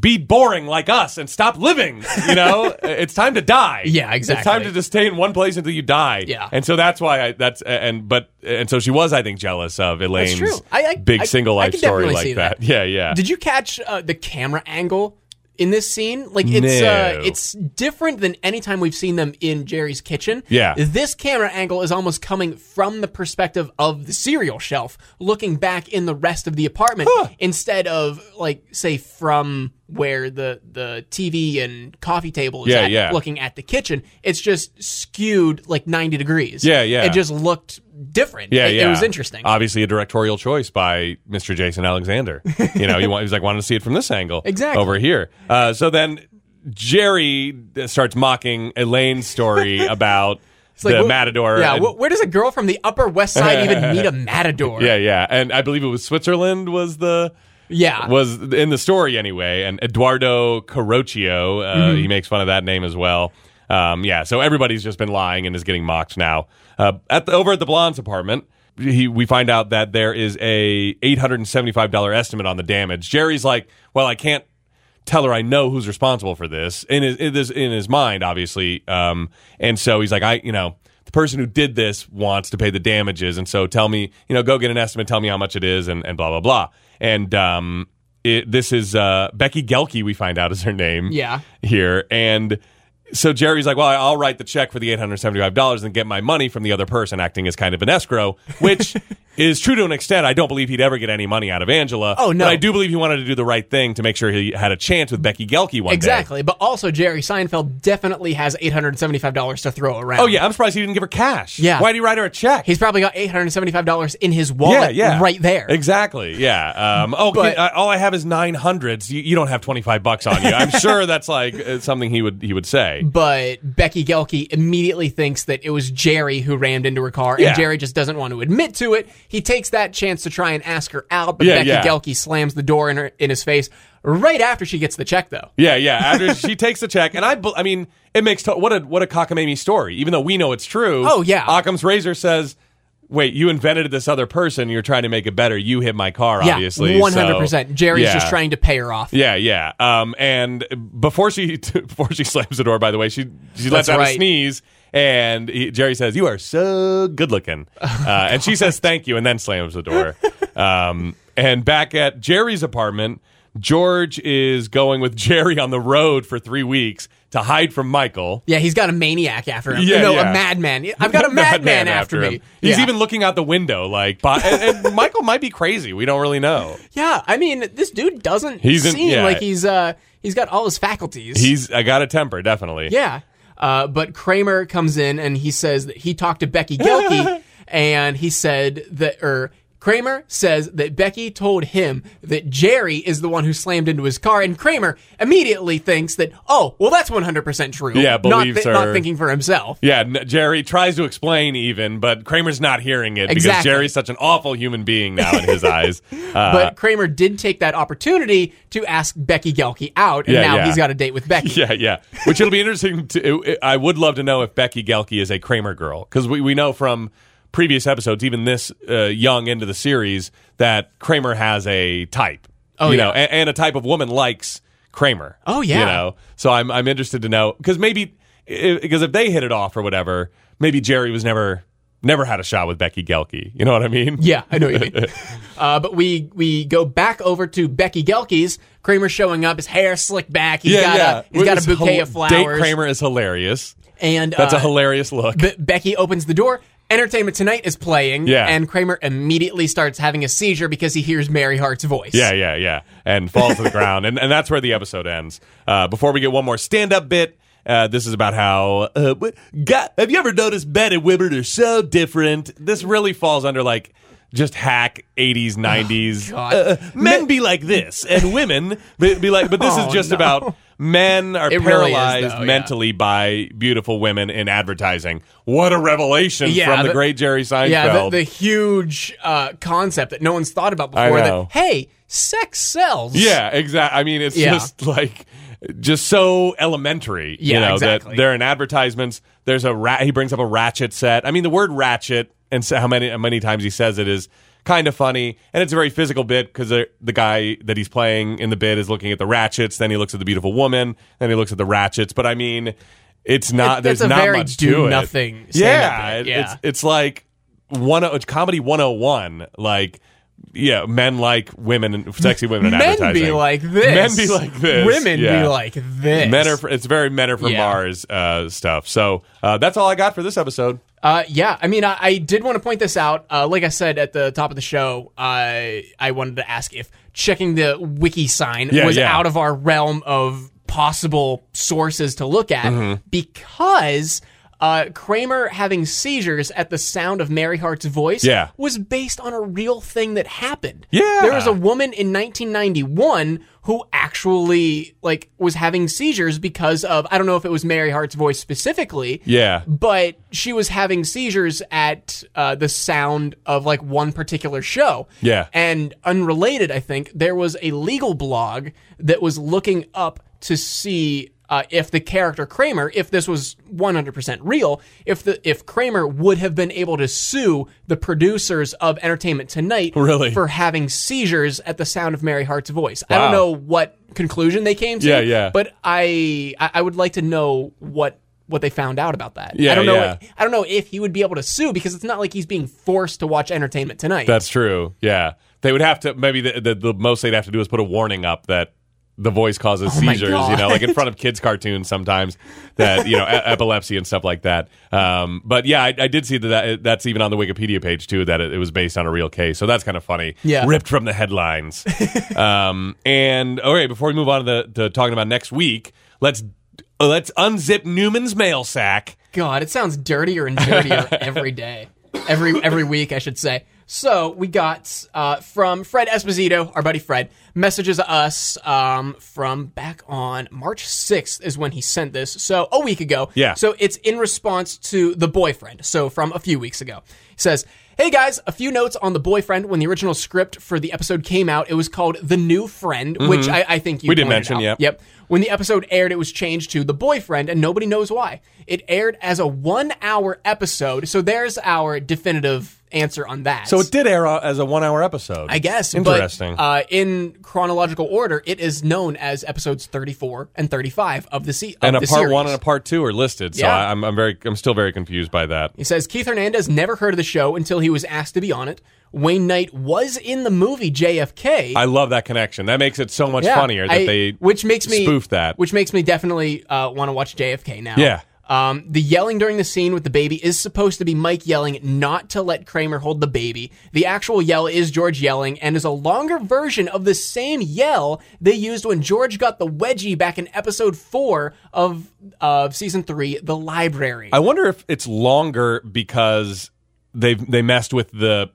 Speaker 2: Be boring like us and stop living. You
Speaker 1: *laughs*
Speaker 2: know, it's time to die.
Speaker 1: Yeah,
Speaker 2: It's time
Speaker 1: exactly.
Speaker 2: to just stay in one place until you die.
Speaker 1: Yeah.
Speaker 2: And so that's why I that's and but and so she was, I think, jealous of Elaine's
Speaker 1: true. I- I-
Speaker 2: big
Speaker 1: I-
Speaker 2: single
Speaker 1: I
Speaker 2: life
Speaker 1: can
Speaker 2: story
Speaker 1: definitely
Speaker 2: like
Speaker 1: see
Speaker 2: that.
Speaker 1: that.
Speaker 2: Yeah, yeah.
Speaker 1: Did you catch uh, the camera angle in this scene? Like it's
Speaker 2: No.
Speaker 1: uh, it's different than any time we've seen them in Jerry's kitchen.
Speaker 2: Yeah.
Speaker 1: this camera angle is almost coming from the perspective of the cereal shelf, looking back in the rest of the apartment instead of like say from where the the TV and coffee table is
Speaker 2: Yeah,
Speaker 1: at,
Speaker 2: yeah.
Speaker 1: looking at the kitchen. It's just skewed like ninety degrees.
Speaker 2: Yeah, yeah.
Speaker 1: It just looked different.
Speaker 2: yeah,
Speaker 1: it,
Speaker 2: yeah.
Speaker 1: It was interesting.
Speaker 2: Obviously, a directorial choice by Mr. Jason Alexander. You know, he, wa- he was like, wanted to see it from this angle,
Speaker 1: Exactly.
Speaker 2: over here. Uh, so then Jerry uh, starts mocking Elaine's
Speaker 1: *laughs*
Speaker 2: story about
Speaker 1: It's like,
Speaker 2: the
Speaker 1: wh-
Speaker 2: matador.
Speaker 1: Yeah,
Speaker 2: and-
Speaker 1: wh- where does a girl from the Upper West Side
Speaker 2: *laughs*
Speaker 1: even meet a matador?
Speaker 2: yeah, yeah. And I believe it was Switzerland was the
Speaker 1: yeah.
Speaker 2: was in the story anyway. And Eduardo Caroccio, uh, he makes fun of that name as well. Um, yeah, so everybody's just been lying and is getting mocked now. Uh, at the, over at the Blonde's apartment, he, we find out that there is a eight hundred and seventy five dollar estimate on the damage. Jerry's like, well, I can't tell her I know who's responsible for this in his in his, in his mind, obviously. Um, and so he's like, I you know. The person who did this wants to pay the damages, and so tell me, you know, go get an estimate, tell me how much it is, and, and blah blah blah. And um, it, this is uh, Becky Gelke, we find out is her name.
Speaker 1: Yeah.
Speaker 2: Here and so Jerry's like, well, I'll write the check for the eight hundred seventy-five dollars and get my money from the other person, acting as kind of an escrow,
Speaker 1: *laughs*
Speaker 2: which is true to an extent. I don't believe he'd ever get any money out of Angela.
Speaker 1: Oh, no.
Speaker 2: but I do believe he wanted to do the right thing to make sure he had a chance with Becky Gelke one day.
Speaker 1: exactly. But also, Jerry Seinfeld definitely has $875 to throw around.
Speaker 2: Oh yeah, I'm surprised he didn't give her cash.
Speaker 1: Yeah.
Speaker 2: why'd he write her a check?
Speaker 1: He's probably got $875 in his
Speaker 2: yeah,
Speaker 1: wallet
Speaker 2: yeah,
Speaker 1: right there.
Speaker 2: Exactly. Yeah. Um, oh,
Speaker 1: But-
Speaker 2: I, all I have is nine hundreds. You, you don't have twenty five bucks on you. I'm sure that's like uh, something he would he would say. Right.
Speaker 1: But Becky Gelke immediately thinks that it was Jerry who rammed into her car,
Speaker 2: Yeah.
Speaker 1: and Jerry just doesn't want to admit to it. He takes that chance to try and ask her out, but
Speaker 2: Yeah,
Speaker 1: Becky
Speaker 2: yeah.
Speaker 1: Gelke slams the door in her in his face right after she gets the check, though.
Speaker 2: Yeah, yeah. After she *laughs* takes the check, and I, bel- I mean, it makes to- what a what a cockamamie story. Even though we know it's true.
Speaker 1: Oh, yeah.
Speaker 2: Occam's razor says, "Wait, you invented this other person. You're trying to make it better. You hit my car, obviously.
Speaker 1: yeah,
Speaker 2: so-
Speaker 1: one hundred percent. Jerry's
Speaker 2: Yeah.
Speaker 1: just trying to pay her off.
Speaker 2: Yeah, yeah. Um, and before she *laughs* before she slams the door, by the way, she she lets
Speaker 1: That's
Speaker 2: out a
Speaker 1: right.
Speaker 2: sneeze, and he, Jerry says, "You are so good
Speaker 1: *laughs*
Speaker 2: looking," uh, and she says, "Thank you," and then slams the door. um, and back at Jerry's apartment, George is going with Jerry on the road for three weeks to hide from Michael.
Speaker 1: Yeah, he's got a maniac after him.
Speaker 2: Yeah,
Speaker 1: no,
Speaker 2: yeah.
Speaker 1: a madman.
Speaker 2: *laughs*
Speaker 1: I've got a madman after, me.
Speaker 2: him. He's
Speaker 1: Yeah.
Speaker 2: even looking out the window, like, by, and,
Speaker 1: *laughs*
Speaker 2: and Michael might be crazy. We don't really know.
Speaker 1: Yeah, I mean, this dude doesn't
Speaker 2: He's in-
Speaker 1: seem
Speaker 2: yeah.
Speaker 1: like he's uh he's got all his faculties.
Speaker 2: He's I got a temper, definitely.
Speaker 1: yeah. Uh, but Kramer comes in and he says that he talked to Becky
Speaker 2: *laughs*
Speaker 1: Gelke and he said that or Kramer says that Becky told him that Jerry is the one who slammed into his car, and Kramer immediately thinks that, oh, well, that's 100% true.
Speaker 2: Yeah,
Speaker 1: not,
Speaker 2: believes her.
Speaker 1: not thinking for himself.
Speaker 2: Yeah, n- Jerry tries to explain even, but Kramer's not hearing it because
Speaker 1: Exactly.
Speaker 2: Jerry's such an awful human being now in
Speaker 1: *laughs*
Speaker 2: his eyes. Uh,
Speaker 1: But Kramer did take that opportunity to ask Becky Gelke out, and
Speaker 2: Yeah,
Speaker 1: now
Speaker 2: yeah.
Speaker 1: he's got a date with
Speaker 2: *laughs* *laughs*
Speaker 1: Becky.
Speaker 2: yeah, yeah. Which it'll be interesting to. I would love to know if Becky Gelke is a Kramer girl because we, we know from previous episodes, even this uh, young into the series, that Kramer has a type.
Speaker 1: Oh,
Speaker 2: you
Speaker 1: yeah.
Speaker 2: know, and, and a type of woman likes Kramer.
Speaker 1: Oh, yeah.
Speaker 2: you know. So I'm I'm interested to know because maybe because if they hit it off or whatever, maybe Jerry was never never had a shot with Becky Gelke. You know what I mean?
Speaker 1: Yeah, I know what you mean. uh, but we we go back over to Becky Gelke's. Kramer showing up, his hair slicked back. He's got a he's
Speaker 2: It
Speaker 1: got a
Speaker 2: was
Speaker 1: bouquet
Speaker 2: hil-
Speaker 1: of flowers.
Speaker 2: Date Kramer is hilarious.
Speaker 1: And
Speaker 2: That's a
Speaker 1: uh,
Speaker 2: hilarious look.
Speaker 1: B- Becky opens the door. Entertainment Tonight is playing.
Speaker 2: Yeah.
Speaker 1: And Kramer immediately starts having a seizure because he hears Mary Hart's voice.
Speaker 2: yeah, yeah, yeah. And falls to the ground. And, and that's where the episode ends. Uh, before we get one more stand up bit, uh, this is about how. Uh, wh- God, have you ever noticed Ben and Wibbert are so different? This really falls under like just hack 80s, 90s.
Speaker 1: Oh, God.
Speaker 2: Uh, men be like this, and women be, be like. But this
Speaker 1: Oh,
Speaker 2: is just
Speaker 1: no.
Speaker 2: about men are
Speaker 1: It really is,
Speaker 2: paralyzed
Speaker 1: though, yeah.
Speaker 2: mentally by beautiful women in advertising. What a revelation
Speaker 1: Yeah,
Speaker 2: from the,
Speaker 1: the-
Speaker 2: great Jerry Seinfeld.
Speaker 1: Yeah, the, the huge uh, concept that no one's thought about
Speaker 2: I
Speaker 1: before.
Speaker 2: know.
Speaker 1: That hey, sex sells.
Speaker 2: Yeah, exactly. I mean, it's
Speaker 1: Yeah.
Speaker 2: just like just so elementary. you
Speaker 1: Yeah,
Speaker 2: know,
Speaker 1: exactly.
Speaker 2: that they're in advertisements. There's a ra- he brings up a ratchet set. I mean, the word ratchet and so how many how many times he says it is kind of funny, and it's a very physical bit because the the guy that he's playing in the bit is looking at the ratchets, then he looks at the beautiful woman, then he looks at the ratchets. But I mean, it's not
Speaker 1: *laughs* It-
Speaker 2: Uh, there's
Speaker 1: that's a
Speaker 2: not
Speaker 1: very
Speaker 2: much
Speaker 1: do
Speaker 2: to it.
Speaker 1: nothing stand-up
Speaker 2: Yeah,
Speaker 1: bit,
Speaker 2: it-
Speaker 1: yeah.
Speaker 2: it's it's like one it's comedy 101 like yeah men like women and sexy women in
Speaker 1: Men
Speaker 2: advertising
Speaker 1: be like this.
Speaker 2: men be like this
Speaker 1: Women
Speaker 2: yeah.
Speaker 1: be like this.
Speaker 2: men are fr- it's very men are from
Speaker 1: Yeah.
Speaker 2: mars uh, stuff so uh, that's all i got for this episode
Speaker 1: Uh, yeah, I mean, I, I did want to point this out. Uh, like I said at the top of the show, I I wanted to ask if checking the wiki sign
Speaker 2: Yeah,
Speaker 1: was
Speaker 2: yeah.
Speaker 1: out of our realm of possible sources to look at
Speaker 2: Mm-hmm.
Speaker 1: because uh, Kramer having seizures at the sound of Mary Hart's voice
Speaker 2: Yeah.
Speaker 1: was based on a real thing that happened.
Speaker 2: Yeah.
Speaker 1: there was a woman in 1991 who actually like was having seizures because of I don't know if it was Mary Hart's voice specifically
Speaker 2: yeah
Speaker 1: but she was having seizures at uh, the sound of like one particular show.
Speaker 2: Yeah.
Speaker 1: And unrelated, I think, there was a legal blog that was looking up to see. Uh, if the character Kramer, if this was 100% real, if the if Kramer would have been able to sue the producers of Entertainment Tonight
Speaker 2: Really?
Speaker 1: for having seizures at the sound of Mary Hart's voice, I
Speaker 2: Wow.
Speaker 1: don't know what conclusion they came to.
Speaker 2: Yeah, yeah.
Speaker 1: But I, I I would like to know what what they found out about that.
Speaker 2: Yeah,
Speaker 1: I don't know.
Speaker 2: yeah.
Speaker 1: I don't know if he would be able to sue because it's not like he's being forced to watch Entertainment Tonight.
Speaker 2: that's true yeah they would have to maybe the, the, the most they'd have to do is put a warning up that the voice causes
Speaker 1: my
Speaker 2: seizures you know
Speaker 1: God.
Speaker 2: like in front of kids cartoons sometimes that you know e- epilepsy and stuff like that um, but yeah I, I did see that, that that's even on the wikipedia page too that it, it was based on a real case so that's kind of funny
Speaker 1: Yeah.
Speaker 2: ripped from the *laughs* headlines um, and all right before we move on to, the, to talking about next week let's let's unzip newman's mail sack *laughs*
Speaker 1: God, it sounds dirtier and dirtier every day, every every week, I should say. So we got uh, from Fred Esposito, our buddy Fred, messages us um, from back on March 6th is when he sent this. So a week ago.
Speaker 2: Yeah.
Speaker 1: So it's in response to The Boyfriend. So from a few weeks ago. He says, Hey guys, a few notes on The Boyfriend. When the original script for the episode came out, it was called The New Friend, which I, I think you
Speaker 2: Mm-hmm. We did
Speaker 1: pointed
Speaker 2: mention,
Speaker 1: out.
Speaker 2: yep.
Speaker 1: Yep. When the episode aired, it was changed to The Boyfriend, and nobody knows why. It aired as a one hour episode, so there's our definitive answer on that.
Speaker 2: So it did air uh, as a one-hour episode.
Speaker 1: I guess. but,
Speaker 2: Interesting.
Speaker 1: uh, in chronological order, it is known as episodes 34 and 35 of the, se- of
Speaker 2: and a
Speaker 1: the
Speaker 2: part
Speaker 1: series.
Speaker 2: one and a part two are listed. So
Speaker 1: Yeah.
Speaker 2: I, I'm, I'm very, I'm still very confused by that.
Speaker 1: He says Keith Hernandez never heard of the show until he was asked to be on it. Wayne Knight was in the movie JFK.
Speaker 2: I love that connection. That makes it so much
Speaker 1: Yeah,
Speaker 2: funnier that
Speaker 1: I-
Speaker 2: they
Speaker 1: which makes me
Speaker 2: spoofed that.
Speaker 1: which makes me definitely uh, want to watch JFK now.
Speaker 2: Yeah.
Speaker 1: Um, the yelling during the scene with the baby is supposed to be Mike yelling not to let Kramer hold the baby. The actual yell is George yelling and is a longer version of the same yell they used when George got the wedgie back in episode four of of season three, the library.
Speaker 2: I wonder if it's longer because they they messed with the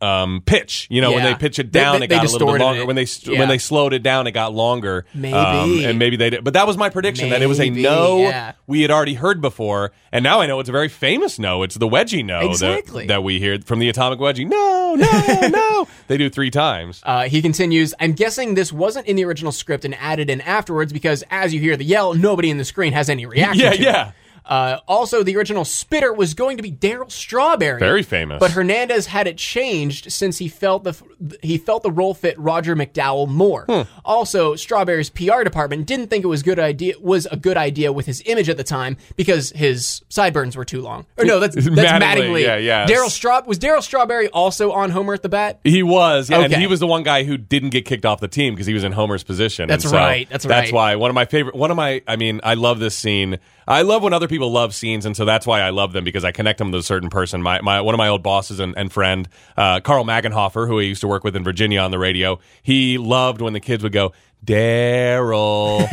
Speaker 2: um, pitch. You know, when
Speaker 1: Yeah.
Speaker 2: they pitch it
Speaker 1: They-
Speaker 2: down,
Speaker 1: they-
Speaker 2: it
Speaker 1: they
Speaker 2: got a little bit
Speaker 1: distorted
Speaker 2: longer.
Speaker 1: it.
Speaker 2: When they st-
Speaker 1: Yeah.
Speaker 2: when they slowed it down, it got longer. Um,
Speaker 1: Maybe.
Speaker 2: and maybe they did. But that was my prediction that it was a
Speaker 1: Maybe,
Speaker 2: no
Speaker 1: yeah.
Speaker 2: we had already heard before, and now I know it's a very famous no. It's the wedgie no that-
Speaker 1: Exactly.
Speaker 2: that, we hear from the atomic wedgie. No,
Speaker 1: *laughs*
Speaker 2: no, no. They do three times.
Speaker 1: Uh, he continues, I'm guessing this wasn't in the original script and added in afterwards because as you hear the yell, nobody in the screen has any reaction.
Speaker 2: Yeah,
Speaker 1: to it.
Speaker 2: yeah.
Speaker 1: Uh, also, the original spitter was going to be Daryl Strawberry.
Speaker 2: Very famous.
Speaker 1: But Hernandez had it changed since he felt the he felt the role fit Roger McDowell more.
Speaker 2: Hmm.
Speaker 1: Also, Strawberry's PR department didn't think it was good idea was a good idea with his image at the time because his sideburns were too long. Or
Speaker 2: *laughs*
Speaker 1: no, that's that's
Speaker 2: Mattingly,
Speaker 1: Mattingly.
Speaker 2: yeah, yeah.
Speaker 1: Daryl Straw was Daryl Strawberry also on Homer at the bat.
Speaker 2: He was, yeah, and
Speaker 1: Okay.
Speaker 2: he was the one guy who didn't get kicked off the team because he was in Homer's position.
Speaker 1: That's
Speaker 2: And so
Speaker 1: right, that's
Speaker 2: That's
Speaker 1: right.
Speaker 2: why one of my favorite, one of my, I mean, I love this scene. I love when other people love scenes, and so that's why I love them because I connect them to a certain person. My, my one of my old bosses and, and friend, uh, Carl Magenhofer, who I used to work with in Virginia on the radio. He loved when the kids would go.
Speaker 1: *laughs*
Speaker 2: Daryl,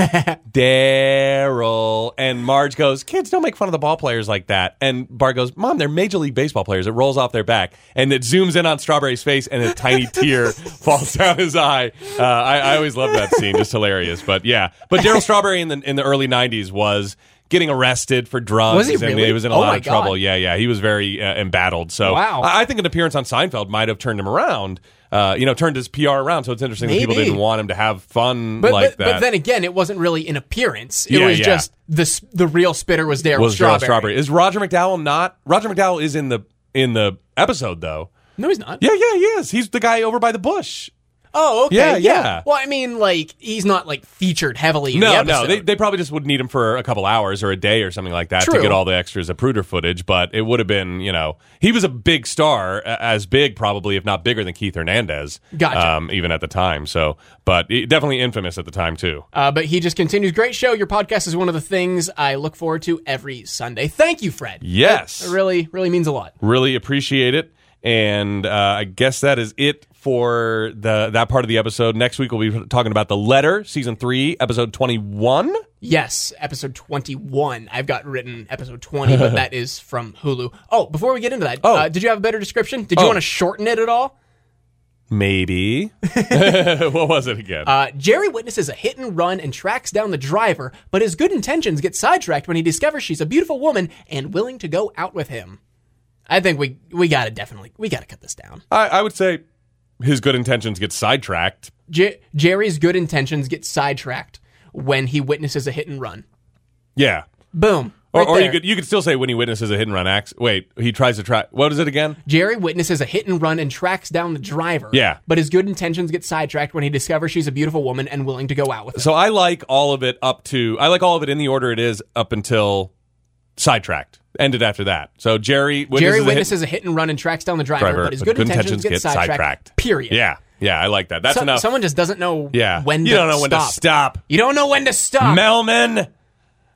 Speaker 2: Daryl, and Marge goes, "Kids, don't make fun of the ball players like that." And Bart goes, "Mom, they're Major League Baseball players." It rolls off their back, and it zooms in on Strawberry's face, and a
Speaker 1: *laughs*
Speaker 2: tiny tear falls down his eye. Uh, I, I always love that scene; just hilarious. But yeah, but Daryl Strawberry in the in the early '90s was getting arrested for drugs.
Speaker 1: Was he
Speaker 2: and
Speaker 1: really?
Speaker 2: He was in a
Speaker 1: Oh
Speaker 2: lot
Speaker 1: my
Speaker 2: of trouble.
Speaker 1: God.
Speaker 2: Yeah, yeah, he was very uh, embattled. So
Speaker 1: Wow.
Speaker 2: I, I think an appearance on Seinfeld might have turned him around. Uh, you know, turned his PR around. So it's interesting that people
Speaker 1: Maybe.
Speaker 2: didn't want him to have fun
Speaker 1: But,
Speaker 2: like
Speaker 1: but,
Speaker 2: that.
Speaker 1: but then again, it wasn't really an appearance. It
Speaker 2: Yeah,
Speaker 1: was
Speaker 2: yeah.
Speaker 1: just the s- the real spitter was there.
Speaker 2: was
Speaker 1: strawberry.
Speaker 2: Daryl Strawberry. Is Roger McDowell not? Roger McDowell is in the in the episode though.
Speaker 1: No, he's not.
Speaker 2: Yeah, yeah, he is. He's the guy over by the bush.
Speaker 1: Oh, okay.
Speaker 2: Yeah,
Speaker 1: Yeah,
Speaker 2: yeah.
Speaker 1: Well, I mean, like he's not like featured heavily. In the
Speaker 2: No,
Speaker 1: episode.
Speaker 2: no, they, they probably just would need him for a couple hours or a day or something like that to
Speaker 1: True.
Speaker 2: get all the extras of Pruder footage. But it would have been, you know, he was a big star, a- as big probably, if not bigger than Keith Hernandez.
Speaker 1: Gotcha.
Speaker 2: Um, even at the time, so, but he- definitely infamous at the time too.
Speaker 1: Uh, but he just continues. Great show. Your podcast is one of the things I look forward to every Sunday. Thank you, Fred.
Speaker 2: Yes,
Speaker 1: It really, really means a lot.
Speaker 2: really appreciate it and uh, i guess that is it for the that part of the episode next week we'll be talking about the letter season 3 episode 21
Speaker 1: Yes, episode 21. I've got written episode
Speaker 2: *laughs*
Speaker 1: 20, but that is from Hulu. Oh, before we get into that,
Speaker 2: Oh.
Speaker 1: uh, did you have a better description? Did you
Speaker 2: Oh.
Speaker 1: want to shorten it at all?
Speaker 2: maybe *laughs* what was it again
Speaker 1: Uh, Jerry witnesses a hit and run and tracks down the driver, but his good intentions get sidetracked when he discovers she's a beautiful woman and willing to go out with him. I think we we gotta definitely we gotta cut this down.
Speaker 2: I, I would say his good intentions get sidetracked
Speaker 1: Jer- Jerry's good intentions get sidetracked when he witnesses a hit and run.
Speaker 2: yeah
Speaker 1: Boom.
Speaker 2: or,
Speaker 1: Right
Speaker 2: or you
Speaker 1: there.
Speaker 2: could you could still say when he witnesses a hit and run act. Wait, he tries to try. What is it again?
Speaker 1: Jerry witnesses a hit and run and tracks down the driver.
Speaker 2: Yeah.
Speaker 1: But his good intentions get sidetracked when he discovers she's a beautiful woman and willing to go out with him.
Speaker 2: So I like all of it up to I like all of it in the order it is up until sidetracked. Ended after that. So Jerry witnesses
Speaker 1: Jerry
Speaker 2: a hit-
Speaker 1: witnesses a hit and run and tracks down the driver,
Speaker 2: driver,
Speaker 1: but his good, intentions, get sidetracked. Period.
Speaker 2: Yeah, yeah, I like that. That's
Speaker 1: So-
Speaker 2: enough.
Speaker 1: Someone just doesn't know
Speaker 2: yeah,
Speaker 1: when
Speaker 2: you
Speaker 1: to
Speaker 2: don't know when to stop,
Speaker 1: You don't know when to stop.
Speaker 2: Melman.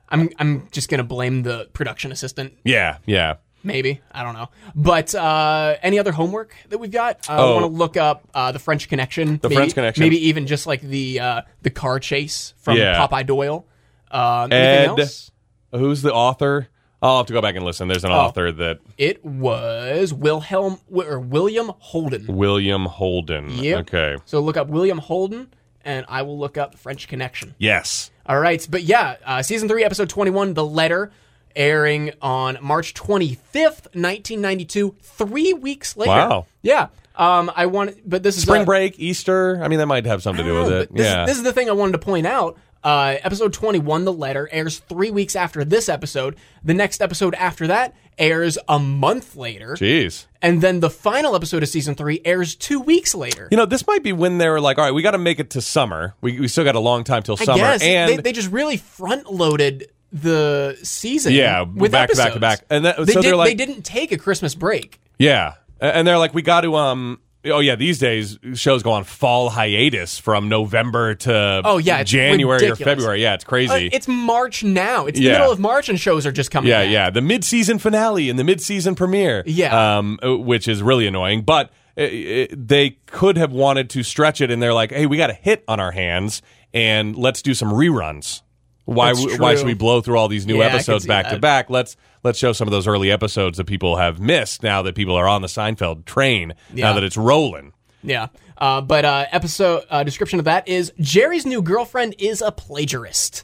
Speaker 1: I'm I'm just gonna blame the production assistant.
Speaker 2: Yeah, yeah.
Speaker 1: Maybe I don't know. But uh, any other homework that we've got? Uh, I
Speaker 2: Oh.
Speaker 1: want to look up uh, the French Connection. The
Speaker 2: French Connection.
Speaker 1: Maybe even just like the uh, the car chase from
Speaker 2: Yeah.
Speaker 1: Popeye Doyle. Uh,
Speaker 2: Ed,
Speaker 1: anything else? Oh.
Speaker 2: who's the author? I'll have to go back and listen. There's an author that
Speaker 1: It was Wilhelm or William Holden.
Speaker 2: William Holden.
Speaker 1: Yep.
Speaker 2: Okay.
Speaker 1: So look up William Holden, and I will look up French Connection.
Speaker 2: Yes.
Speaker 1: All right, but yeah, uh, season three, episode twenty-one, "The Letter," airing on March twenty-fifth, nineteen ninety-two. Three weeks later.
Speaker 2: Wow.
Speaker 1: Yeah. Um, I want, but this is
Speaker 2: Spring
Speaker 1: uh,
Speaker 2: break, Easter. I mean, that might have something to do with it.
Speaker 1: But Oh, This,
Speaker 2: yeah.
Speaker 1: is, this is the thing I wanted to point out. Uh, episode 21, The Letter, airs three weeks after this episode. The next episode after that airs a month later.
Speaker 2: Jeez.
Speaker 1: And then the final episode of season three airs two weeks later.
Speaker 2: You know, this might be when they were like, all right, we got to make it to summer. We, we still got a long time till
Speaker 1: I
Speaker 2: summer.
Speaker 1: guess
Speaker 2: and
Speaker 1: they, they just really front loaded the season.
Speaker 2: Yeah,
Speaker 1: with
Speaker 2: back to
Speaker 1: episodes.
Speaker 2: back to back. And that-
Speaker 1: they,
Speaker 2: so
Speaker 1: did,
Speaker 2: they're like-
Speaker 1: they didn't take a Christmas break.
Speaker 2: Yeah, A- and they're like, we got to um. Oh yeah, these days shows go on fall hiatus from November to
Speaker 1: Oh, yeah, it's
Speaker 2: January
Speaker 1: ridiculous.
Speaker 2: or February. Yeah, it's
Speaker 1: Uh,
Speaker 2: crazy.
Speaker 1: It's March now. It's
Speaker 2: Yeah.
Speaker 1: the middle of March and shows are just coming.
Speaker 2: yeah,
Speaker 1: back.
Speaker 2: yeah, the mid-season finale and the mid-season premiere.
Speaker 1: Yeah.
Speaker 2: um, uh, which is really annoying, but. uh, uh, They could have wanted to stretch it, and they're like, "Hey, we got a hit on our hands, and let's do some reruns. Why?
Speaker 1: That's
Speaker 2: w- Why
Speaker 1: true.
Speaker 2: should we blow through all these new
Speaker 1: Yeah, I can
Speaker 2: episodes
Speaker 1: see
Speaker 2: back to
Speaker 1: that.
Speaker 2: back? Let's let's show some of those early episodes that people have missed. Now that people are on the Seinfeld train, now
Speaker 1: Yeah.
Speaker 2: that it's rolling.
Speaker 1: Yeah. Uh, but uh, episode uh, description of that is Jerry's new girlfriend is a plagiarist.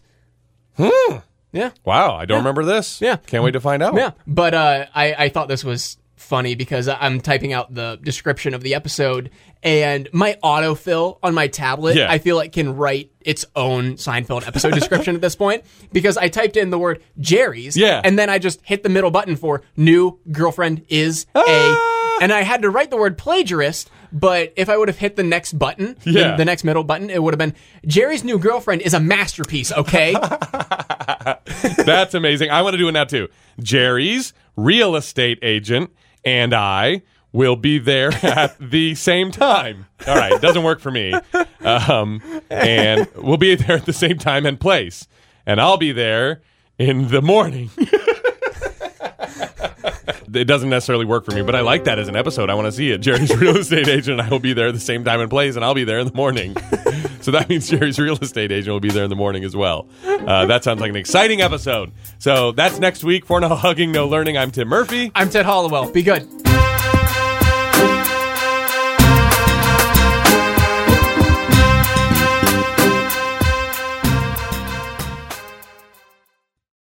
Speaker 1: Hmm. Yeah.
Speaker 2: Wow, I don't remember this.
Speaker 1: Yeah.
Speaker 2: Can't wait to find out.
Speaker 1: Yeah. But uh, I, I thought this was funny because I- I'm typing out the description of the episode and my autofill on my tablet,
Speaker 2: Yeah.
Speaker 1: I feel like can write its own Seinfeld episode description at this point because I typed in the word Jerry's
Speaker 2: Yeah.
Speaker 1: and then I just hit the middle button for new girlfriend is
Speaker 2: Ah!
Speaker 1: a and I had to write the word plagiarist, but if I would have hit the next button, the-
Speaker 2: Yeah.
Speaker 1: the, next middle button, it would have been Jerry's new girlfriend is a
Speaker 2: *laughs*
Speaker 1: masterpiece, okay?
Speaker 2: That's amazing. I want to do it now too. Jerry's real estate agent and I will be there *laughs* at the same time. All right, doesn't work for me. Um, and we'll be there at the same time and place. And I'll be there in the morning. it doesn't necessarily work for me, but I like that as an episode. I want to see it. Jerry's *laughs* real estate agent. I will be there at the same time and place, and I'll be there in the morning. so that means Jerry's real estate agent will be there in the morning as well. Uh, that sounds like an exciting episode. So that's next week for No Hugging, No Learning. I'm Tim Murphy.
Speaker 1: I'm Ted Hollowell. Be good.